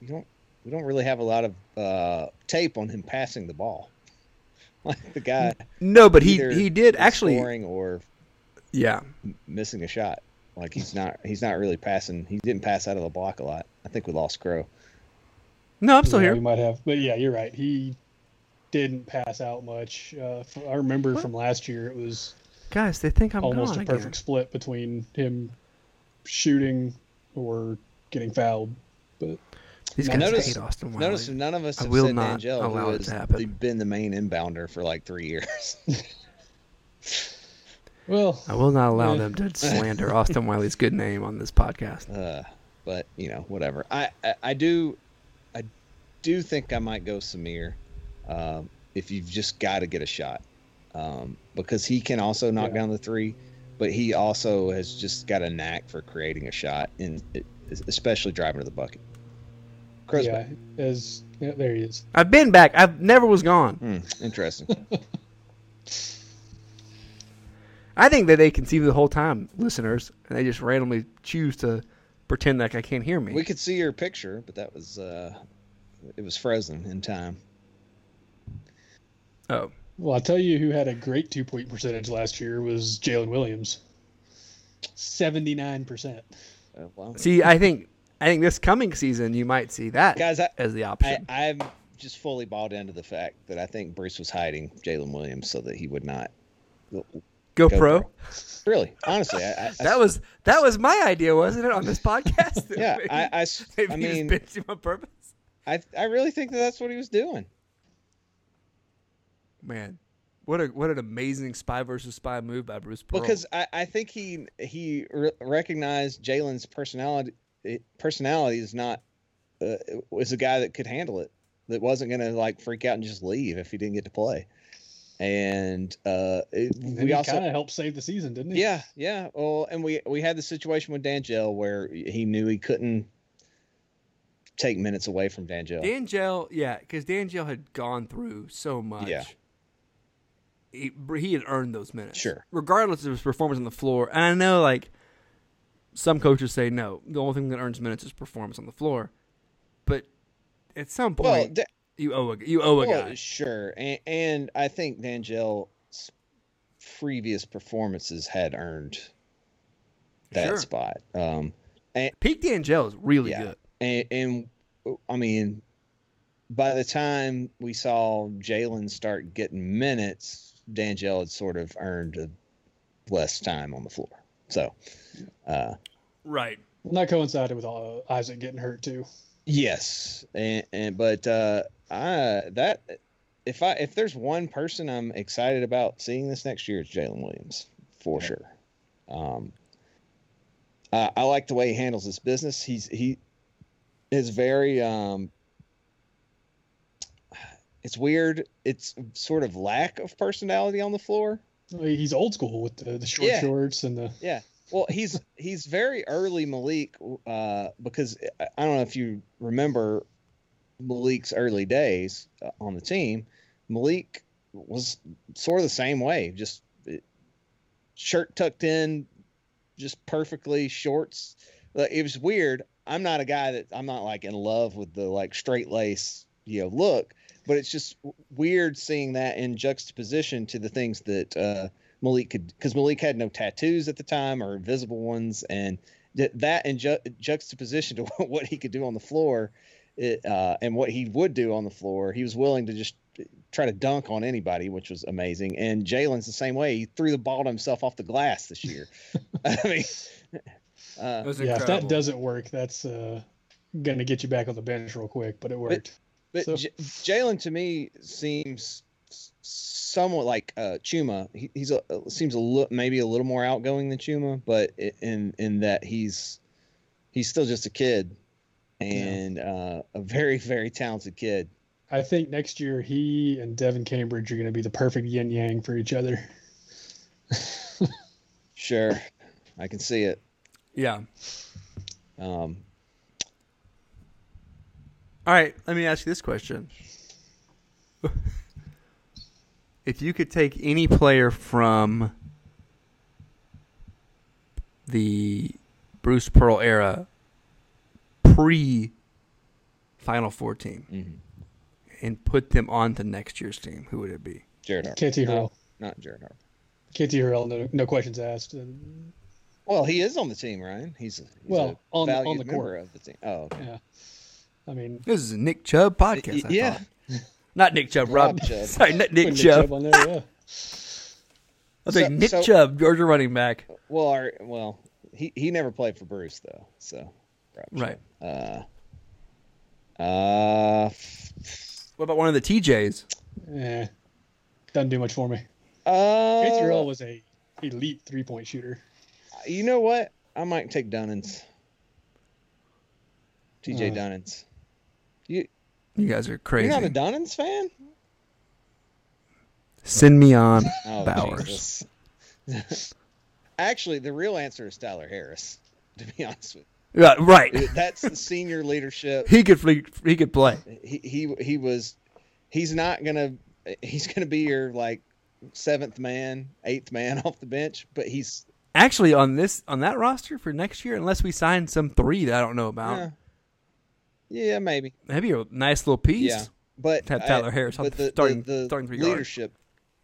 you don't we don't really have a lot of uh, tape on him passing the ball. *laughs* Like the guy No, but he either he did is actually. scoring or Yeah, missing a shot. Like he's not he's not really passing. He didn't pass out of the block a lot. I think we lost Crow. no, I'm still yeah, We here. might have, but yeah, you're right. He didn't pass out much. Uh, f I I remember from last year, it was Guys, they think I'm almost gone a again. perfect split between him shooting or getting fouled. But These Now guys notice- hate Austin Wiley. Notice none of us I have will said not Angel, allow who it has to happen. been the main inbounder for like three *laughs* years. well, I will not allow Yeah. them *laughs* to slander Austin Wiley's good name on this podcast. uh, but you know, whatever. I, I I do I do think I might go Samir. Um, if you've just got to get a shot, um, because he can also knock Yeah. down the three, but he also has just got a knack for creating a shot and it- especially driving to the bucket. Crow's yeah, as yeah, there he is. I've been back. I've never was gone. Hmm, interesting. *laughs* I think that they can see me the whole time, listeners, and they just randomly choose to pretend like I can't hear me. we could see your picture, but that was uh, it was frozen in time. oh, Well, I'll tell you who had a great two point percentage last year was Jalen Williams. 79%. Uh, well, see, I think I think this coming season you might see that Guys, I- as the I, option. I'm just fully bought into the fact that I think Bruce was hiding Jalen Williams so that he would not. Go Go pro. Really, honestly, I, I, *laughs* That was that was my idea, wasn't it, on this podcast? *laughs* yeah. I, I, s- *laughs* Maybe I he just mean, bitched him on purpose. I, I really think that that's what he was doing. Man, what a what an amazing spy versus spy move by Bruce Pearl. because I, I think he he re- recognized Jalen's personality eh, personality is not uh, was a guy that could handle it that wasn't gonna like freak out and just leave if he didn't get to play, and uh, it, And we he also kind of helped save the season, didn't he? yeah yeah well and we we had the situation with Dangel where he knew he couldn't take minutes away from Dangel. Dangel, yeah, because Dangel had gone through so much. Yeah. He, he had earned those minutes. Sure. Regardless of his performance on the floor. And I know, like, some coaches say, no, the only thing that earns minutes is performance on the floor. But at some point, Well, da- you owe a, you owe a well, guy. Sure, and, and I think Dangel's previous performances had earned that Sure. spot. Um, and, Pete D'Angelo is really yeah, good. and, and I mean, by the time we saw Jalen start getting minutes, Dangel had sort of earned a less time on the floor. So, uh, Right. And that coincided with uh, Isaac getting hurt too. Yes, and, and but uh, I that if I if there's one person I'm excited about seeing this next year, it's Jalen Williams for sure. Um, I, I like the way he handles his business. He's he is very um. It's weird. It's sort of lack of personality on the floor. I mean, He's old school with the, the short Yeah. shorts and the Yeah. Well, he's he's very early Malik uh, because I I don't know if you remember Malik's early days uh, on the team. Malik was sort of the same way, just uh, shirt tucked in, just perfectly shorts. Like, It was weird. I'm not a guy that I'm not like in love with the like straight lace you know look, but it's just w- weird seeing that in juxtaposition to the things that uh, Malik could because Malik had no tattoos at the time or visible ones, and th- that in ju- juxtaposition to *laughs* what he could do on the floor, it, uh, and what he would do on the floor, he was willing to just uh, try to dunk on anybody, which was amazing. And Jalen's the same way; he threw the ball to himself off the glass this year. *laughs* I mean, It was yeah. If incredible. that doesn't work, that's uh, gonna get you back on the bench real quick. But it worked. But So- J- Jalen to me seems s- somewhat like uh, Chuma. He, he's a, uh, seems a little maybe a little more outgoing than Chuma, but i- in in that he's he's still just a kid and uh, a very very talented kid. I think next year he and Devin Cambridge are going to be the perfect yin yang for each other. *laughs* Sure, I can see it. Yeah. Um, All right, let me ask you this question. *laughs* if you could take any player from the Bruce Pearl era pre Final Four team and put them onto next year's team, who would it be? Jared Harper. KT Hurl, No, not Jared Harper. KT Hurl, no, no questions asked. And, Well, he is on the team, Ryan. He's, he's Well, a on- on valued the member court. of the team. Oh, okay. yeah, I mean, This is a Nick Chubb podcast. I yeah. thought. Not Nick Chubb, Rob. Rob Chubb. *laughs* Sorry, not Nick, putting Chubb. on there, yeah. I think So- Nick so- Chubb, Georgia running back. Well, our, well, he he never played for Bruce though, so Right. Uh, f- What about one of the TJs? Eh, doesn't do much for me. KT uh Hurl was a elite three point shooter. you know what? I might take Dunnins. TJ Dunnins. You You guys are Hmm. crazy. you're not a Dunnins fan? Send me on Oh, Bowers. Jesus. *laughs* Actually, the real answer is Tyler Harris. To be honest with Yeah, right. you, that's the senior leadership. He could flee, he could play. He he he was. He's not gonna. He's gonna be your like seventh man, eighth man *laughs* off the bench, but he's Actually, on this on that roster for next year, unless we sign some three that I don't know about, Yeah. yeah maybe. that'd be a nice little piece. Yeah, but Have Tyler Harris on but the the, starting- the, the starting three guard. leadership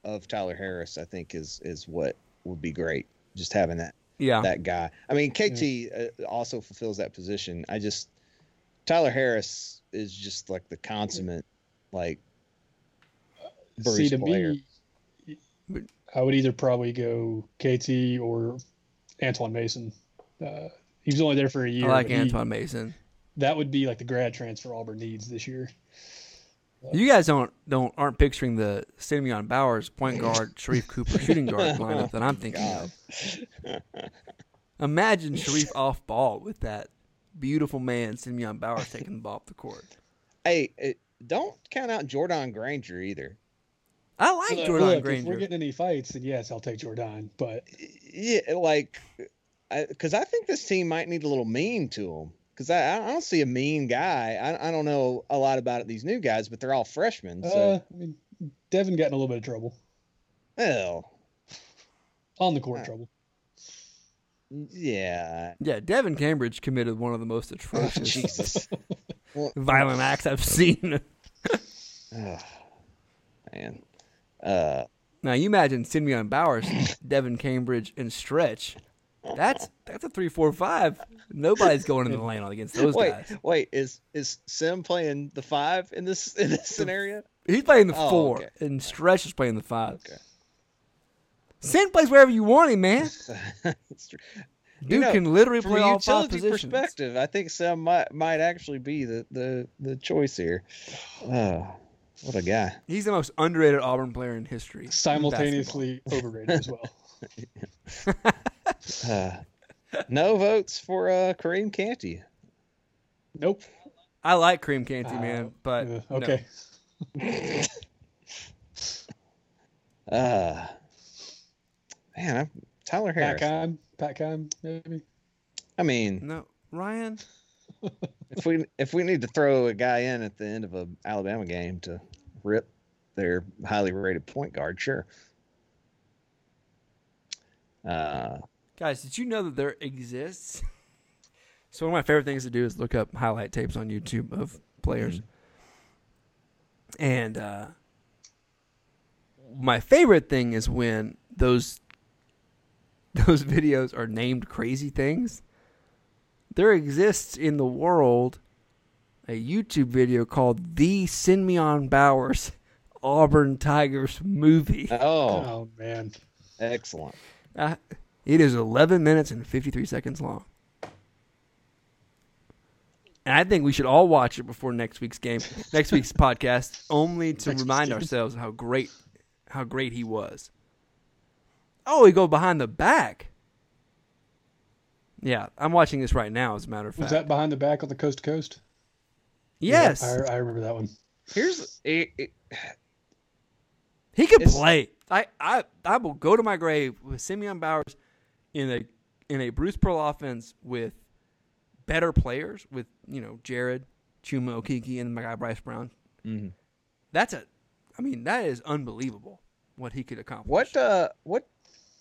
of Tyler Harris, I think, is is what would be great. Just having that Yeah. that guy. I mean, KT uh, also fulfills that position. I just Tyler Harris is just like the consummate like Bruce See, to player. me, I would either probably go KT or Antoine Mason. Uh, he was only there for a year. I like but he- Antoine Mason. That would be like the grad transfer Auburn needs this year. You guys don't don't aren't picturing the Simeon Bowers point *laughs* guard, Sharif Cooper shooting guard lineup that I'm thinking of. *laughs* Imagine Sharif off ball with that beautiful man Simeon Bowers taking the ball up the court. Hey, it, don't count out Jordan Granger either. I like Look, Jordan look, If we're Granger. getting any fights, then yes, I'll take Jordan. But Yeah, like because I, 'cause I think this team might need a little mean to them. because I, I don't see a mean guy. I, I don't know a lot about these new guys, but they're all freshmen. So Uh, I mean, Devin got in a little bit of trouble well, on the court trouble. yeah, Yeah, Devin Cambridge committed one of the *laughs* most atrocious Oh, Jesus, Well, *laughs* violent acts I've seen. *laughs* man. Uh, Now you imagine Simeon Bowers, Devin Cambridge, and Stretch. That's that's a three, four, five. Nobody's going in *laughs* the lane against those wait, guys. wait, is is Sim playing the five in this in this scenario? He's playing the Oh, four, okay. and Stretch is playing the five. Sin plays wherever you want him, man. *laughs* It's true. Dude know, can literally From play a all five utility positions. perspective, I think Sim might might actually be the the the choice here. *sighs* Oh, what a guy! He's the most underrated Auburn player in history. in Simultaneously overrated as *laughs* well. Uh, No votes for uh, Kareem Canty. Nope. basketball. I like Cream Canty, man, but Uh, no. okay. Uh, man, I'm Tyler Pat Harris. Kime. Pat Kime, maybe. I mean, no, Ryan. if we if we need to throw a guy in at the end of a Alabama game to rip their highly rated point guard, sure. Uh, Guys, did you know that there exists? So one of my favorite things to do is look up highlight tapes on YouTube of players. And uh, my favorite thing is when those *laughs* those videos are named crazy things. There exists in the world a YouTube video called "The Simeon Bowers Auburn Tigers Movie." oh, Oh, man. excellent. Uh, it is 11 minutes and 53 seconds long. And I think we should all watch it before next week's game, next week's podcast, only to remind ourselves how great, how great he was. Oh, he go behind the back. Yeah, I'm watching this right now. As a matter of fact, Was that behind the back on the coast to coast? yes, I, I remember that one. Here's it, it, he could it's- play. I, I, I will go to my grave with Simeon Bowers in a in a Bruce Pearl offense with better players with you know Jared Chuma Okiki and my guy Bryce Brown. Mm-hmm. That's a, I mean that is unbelievable what he could accomplish. what uh what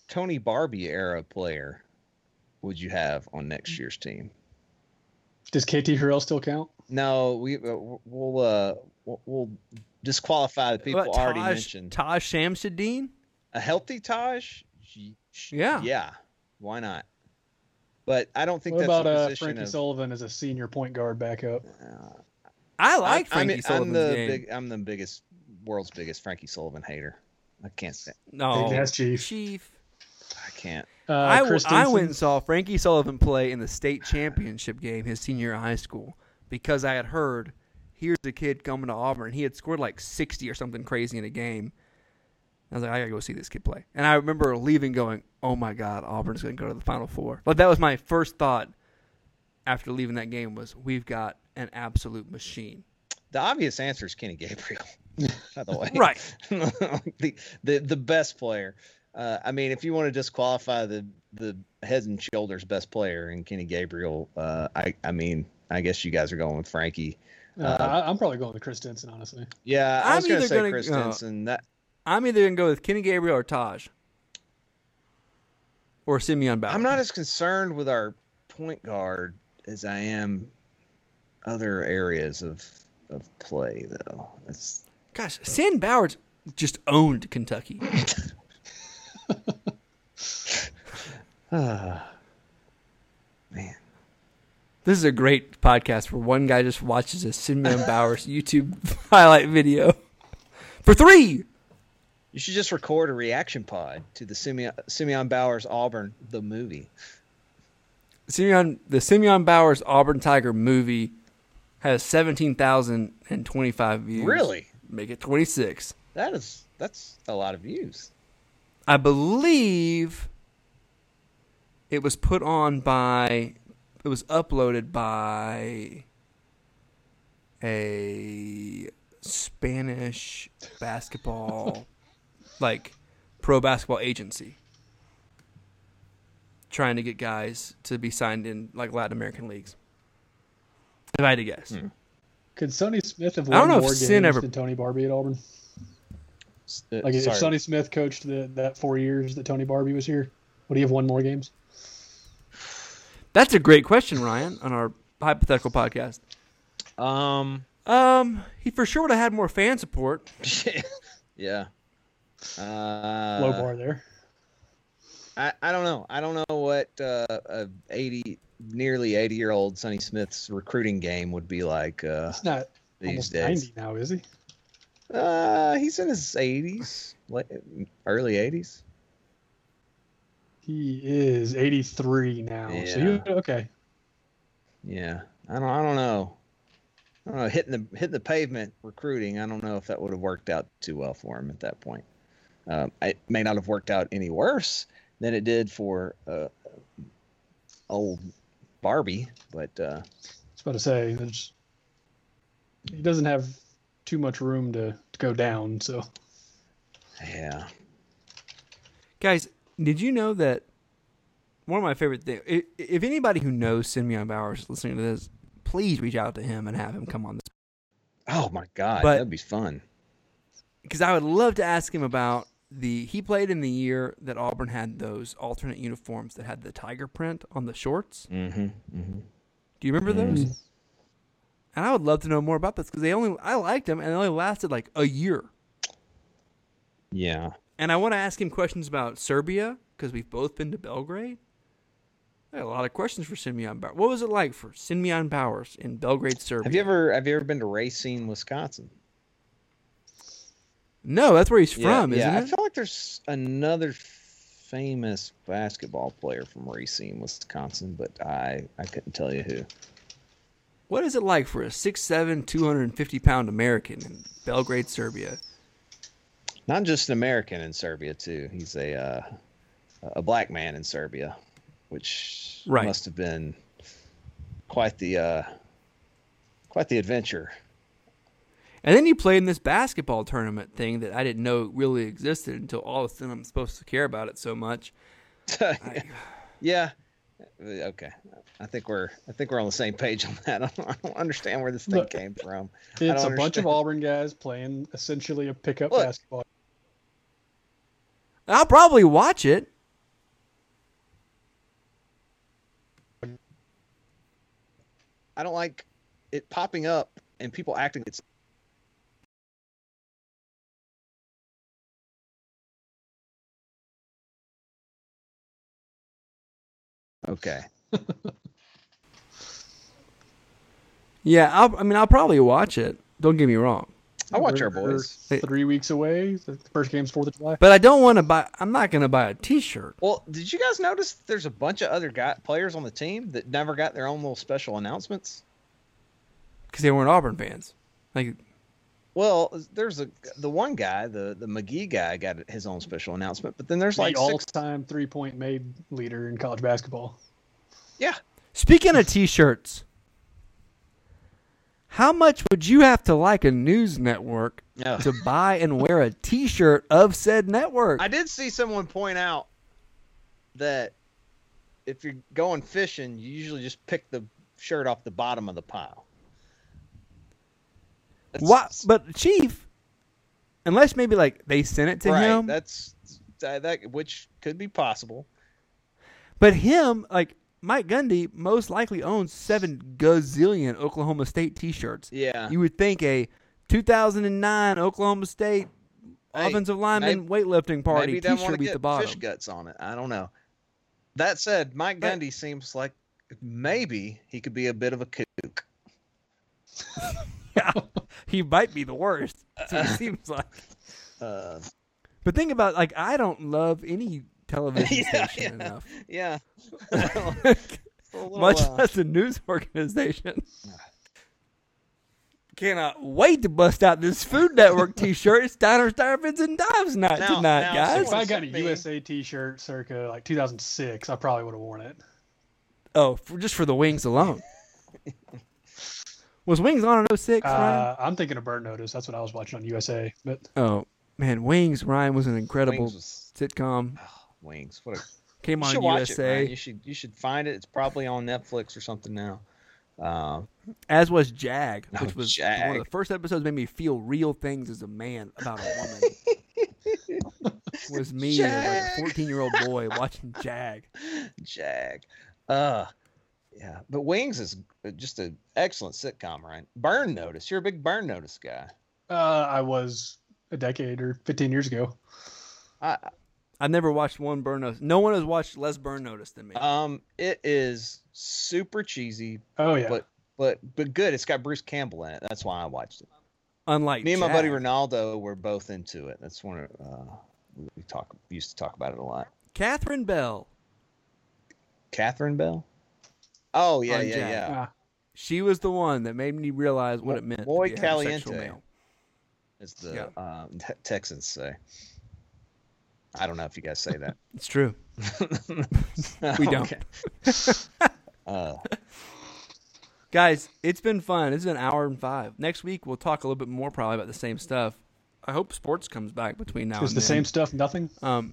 Tony Barbie era player would you have on next year's team? Does KT Hurrell still count? No, we uh, we'll uh we'll- we'll disqualify the people What, already Taj, mentioned. Taj Shamsuddin? a healthy Taj? Ye- sh- Yeah. Yeah. Why not? But I don't think What that's about a uh, position Frankie of, Sullivan as a senior point guard backup? I like I, I Frankie mean, I'm Sullivan's the game. big I'm the biggest world's biggest Frankie Sullivan hater. I can't stand no, That's Chief. Chief. I can't. Uh, Oh. I, w- Chris I Stinson? went and saw Frankie Sullivan play in the state championship game his senior year of high school because I had heard here's a kid coming to Auburn. He had scored like 60 or something crazy in a game. I was like, I gotta go see this kid play. And I remember leaving going, oh my God, Auburn's gonna go to the Final Four. But that was my first thought after leaving that game was we've got an absolute machine. The obvious answer is Kenny Gabriel. *laughs* By the way, Right. *laughs* the, the the best player. Uh, I mean, if you want to disqualify the the heads and shoulders best player in Kenny Gabriel, uh, I I mean, I guess you guys are going with Frankie. Uh, I- I'm probably going with Chris Stinson, honestly. Yeah, I I'm was going either to say gonna- Chris uh, Stinson. That I'm either gonna go with Kenny Gabriel or Taj. Or Simeon Bauer. I'm not as concerned with our point guard as I am other areas of of play, though. It's Gosh, Sam Bowers just owned Kentucky. man. This is a great podcast where one guy just watches a Simeon *laughs* Bowers YouTube highlight video for three. You should just record a reaction pod to the Simeon, Simeon Bowers Auburn the movie. Simeon, the Simeon Bowers Auburn Tiger movie has seventeen thousand and twenty-five views. Really? Make it twenty-six. That is that's a lot of views. I believe it was put on by it was uploaded by a Spanish basketball like pro basketball agency trying to get guys to be signed in like Latin American leagues. If I had to guess. Could Sonny Smith have I don't won know more if games Sin ever- than Tony Barbie at Auburn? Uh, Like if sorry. Sonny Smith coached the, that four years that Tony Barbie was here, would he have won more games? That's a great question, Ryan, on our hypothetical podcast. Um. Um, he for sure would have had more fan support. yeah. Uh, Low bar there. I, I don't know. I don't know what uh, a eighty, nearly eighty year old Sonny Smith's recruiting game would be like uh, He's not these almost days. 90 now, is he? Uh, he's in his eighties, early eighties. He is 83 now. So Yeah. you okay? Yeah, I don't. I don't know. I don't know. Hitting the hitting the pavement recruiting. I don't know if that would have worked out too well for him at that point. Um, it may not have worked out any worse than it did for uh, old Barbie, but uh, I was about to say there's, he doesn't have too much room to, to go down. So yeah. Guys, did you know that one of my favorite things? If anybody who knows Simeon Bowers is listening to this, please reach out to him and have him come on this Oh my God, But- that'd be fun. because I would love to ask him about the. He played in the year that Auburn had those alternate uniforms that had the tiger print on the shorts. Mm-hmm. hmm Do you remember those? And I would love to know more about this because they only I liked them and they only lasted like a year. Yeah. And I want to ask him questions about Serbia because we've both been to Belgrade. I had a lot of questions for Simeon Bowers. What was it like for Simeon Bowers in Belgrade, Serbia? Have you ever have you ever been to Racine, Wisconsin? No, that's where he's from, isn't yeah, yeah. I it? feel like there's another famous basketball player from Racine, Wisconsin, but I I couldn't tell you who. What is it like for a 6'7", 250 pound American in Belgrade, Serbia? Not just an American in Serbia too. He's a uh, a black man in Serbia, which Right. must have been quite the uh, quite the adventure. And then you played in this basketball tournament thing that I didn't know really existed until all of a sudden I'm supposed to care about it so much. yeah. Uh, Okay. I think we're I think we're on the same page on that. *laughs* I don't, I don't understand where this thing Look, came from. I it's a don't bunch of understand. Auburn guys playing essentially a pickup Look. basketball. And I'll probably watch it. I don't like it popping up and people acting it's Okay. Yeah, I'll, I mean, I'll probably watch it. Don't get me wrong. I watch We're- our we're boys. Three weeks away. The first game's Fourth of July. But I don't want to buy, I'm not going to buy a t shirt. Well, did you guys notice there's a bunch of other guy, players on the team that never got their own little special announcements? because they weren't Auburn fans. Like, Well, there's a the one guy, the the McGee guy, got his own special announcement, but then there's It's like like the six. all-time three-point made leader in college basketball. Yeah, speaking of T-shirts, how much would you have to like a news network Yeah. to *laughs* buy and wear a T-shirt of said network? I did see someone point out that if you're going fishing, you usually just pick the shirt off the bottom of the pile. That's- what? But Chief, unless maybe like they sent it to right? him, That's that, that, which could be possible. but him like Mike Gundy most likely owns seven gazillion Oklahoma State T-shirts. Yeah. you would think a 2009 Oklahoma State. Hey, offensive lineman weightlifting party Maybe they T-shirt want would to be at get the bottom. fish guts on it. I don't know. That said, Mike But- Gundy seems like maybe he could be a bit of a kook. *laughs* he might be the worst. That's *laughs* what it seems like. Uh, But think about like I don't love *laughs* any television Yeah, station yeah. enough, *laughs* *laughs* yeah. A little, much uh, less a news *laughs* *sighs* organization. Cannot wait to bust out this Food *laughs* Network T-shirt. It's diners, divers, and dives night Now- tonight, now, guys. If I got a sent me- USA T-shirt circa like 2006, I probably would have worn it. oh, for, just for the wings alone. Was wings on in 06, Ryan? Uh, I'm thinking of Burn Notice. That's what I was watching on USA. But Oh man, Wings. Ryan was an incredible Wings was- sitcom. Wings. What a Came You on should watch it, USA. Ryan. you should you should find it. It's probably on Netflix or something now. Um, As was Jag, Oh, which was Jag. one of the first episodes made me feel real things as a man about a woman. *laughs* was me as like a Jag. 14 year old boy watching Jag. Jag. Uh yeah. But Wings is uh, just an excellent sitcom, right? Burn Notice. You're a big Burn Notice guy. Uh, I was a decade or 15 years ago. I, I've never watched one burn notice. No one has watched less burn notice than me. um, it is super cheesy, Oh yeah. but but but good. It's got Bruce Campbell in it. That's why I watched it. Unlike Me and my buddy Jag. Ronaldo were both into it. That's one of uh, we- we talk we used to talk about it a lot. Catherine Bell. Catherine Bell. Oh yeah, On yeah, Jag. yeah. Ah, She was the one that made me realize what it meant. Muy to be a heterosexual caliente. male. As the um, te- Texans say. I don't know if you guys say that. It's true. *laughs* We don't. Okay. Uh, Guys, it's been fun. It's an hour and five. Next week we'll talk a little bit more probably about the same stuff. I hope sports comes back between now and is the then. same stuff nothing? Um,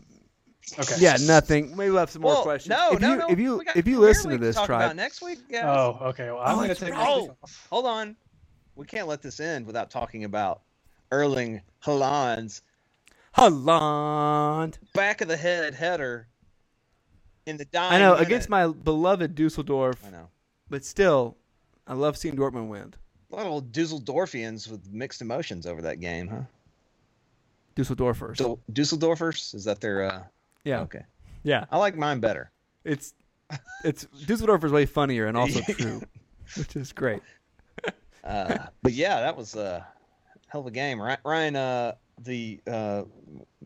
Okay. yeah, nothing. Maybe we'll have some more well, questions. no, if no, you, no. If you we got if you Premier listen to League this, talk tribe, about next week, guys. Oh, okay. Well, I'm Oh, gonna it's take. right. my- hold on. We can't let this end without talking about Erling Haaland's Holland. back of the head header in the dying. I know minute. against my beloved Dusseldorf, I know. but still, I love seeing Dortmund win. A lot of old Dusseldorfians with mixed emotions over that game, huh? Dusseldorfers. Du- Dusseldorfers? Is that their. Uh... yeah, Okay. yeah. I like mine better. It's it's Dusseldorf is way funnier and *laughs* also true, which is great. Uh, but yeah, that was a hell of a game. Ry- Ryan, uh, the uh,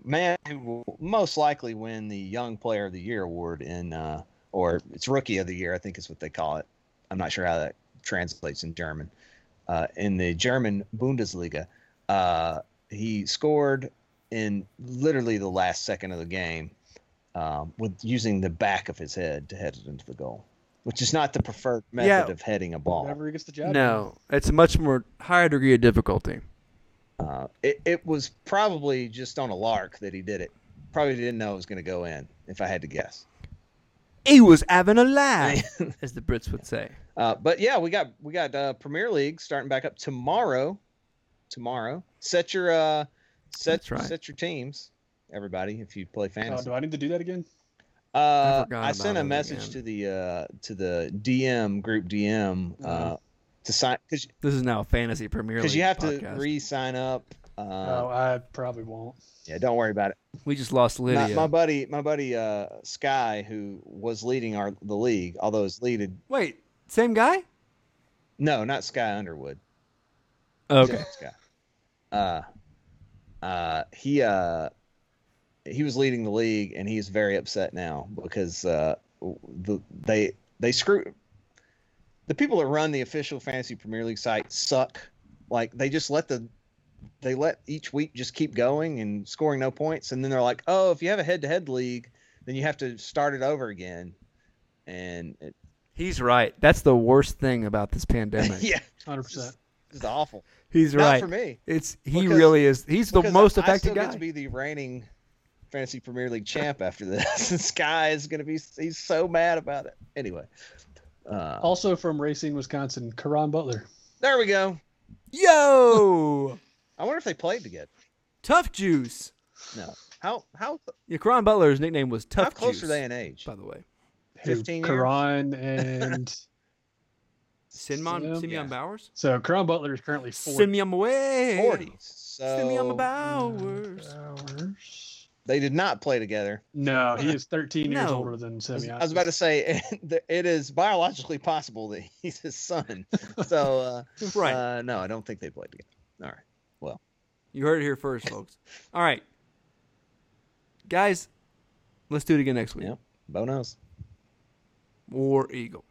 man who will most likely win the Young Player of the Year award in, uh, or it's Rookie of the Year, I think is what they call it. I'm not sure how that translates in German. Uh, in the German Bundesliga, uh, he scored in literally the last second of the game um, with using the back of his head to head it into the goal, which is not the preferred method Yeah. of heading a ball. Whoever gets the job. done. No, it's a much more higher degree of difficulty. Uh, it, it was probably just on a lark that he did it. Probably didn't know it was going to go in, if I had to guess. He was having a *laughs* laugh, as the Brits would say. Uh, but yeah, we got we got uh, Premier League starting back up tomorrow. Tomorrow, set your uh, set That's right. set your teams, everybody. If you play Oh, fantasy, do I need to do that again? Uh, forgot I sent about a it message again. to the uh, to the DM group DM uh, to sign because This is now a fantasy Mm-hmm. Premier League you have podcast. to re-sign up. Uh, oh, I probably won't. Yeah, don't worry about it. we just lost My, Lydia. my buddy, my buddy uh, Sky, who was leading our the league, although his leaded Wait, same guy? no, not Sky Underwood. Okay. different Sky. Uh, uh, he uh, he was leading the league, and he's very upset now because uh, the they they screw the people that run the official fantasy Premier League site suck. Like they just let the they let each week just keep going and scoring no points, and then they're like, oh, if you have a head to head league, then you have to start it over again. And it, *laughs* He's right. That's the worst thing about this pandemic. *laughs* yeah, Hundred percent. it's awful. He's Not right. for me. It's he Because- really is. He's the Because most I- affected I still guy. Get to be the reigning fantasy Premier League champ after this. *laughs* and Sky is going to be. He's so mad about it. Anyway, uh, Also from Racing, Wisconsin, Karan Butler. there we go. Yo, *laughs* I wonder if they played together. tough juice. No. How how Yeah, Karan Butler's nickname was Tough how close Juice. are they in age? By the way, who 15 years? Karan and Sinmon Simeon? Simeon Yeah. Bowers. so Karan Butler is currently forty Simeon way. Forty. So Simeon Mm, Bowers. hours. they did not play together. No, he is thirteen years No. older than I was, Semyon. I was about to say *laughs* it is biologically possible that he's his son. So uh, Right. uh, no, I don't think they played together. All right. Well, You heard it here first, folks. All right, guys, let's do it again next week. yeah. Bonos. War Eagle.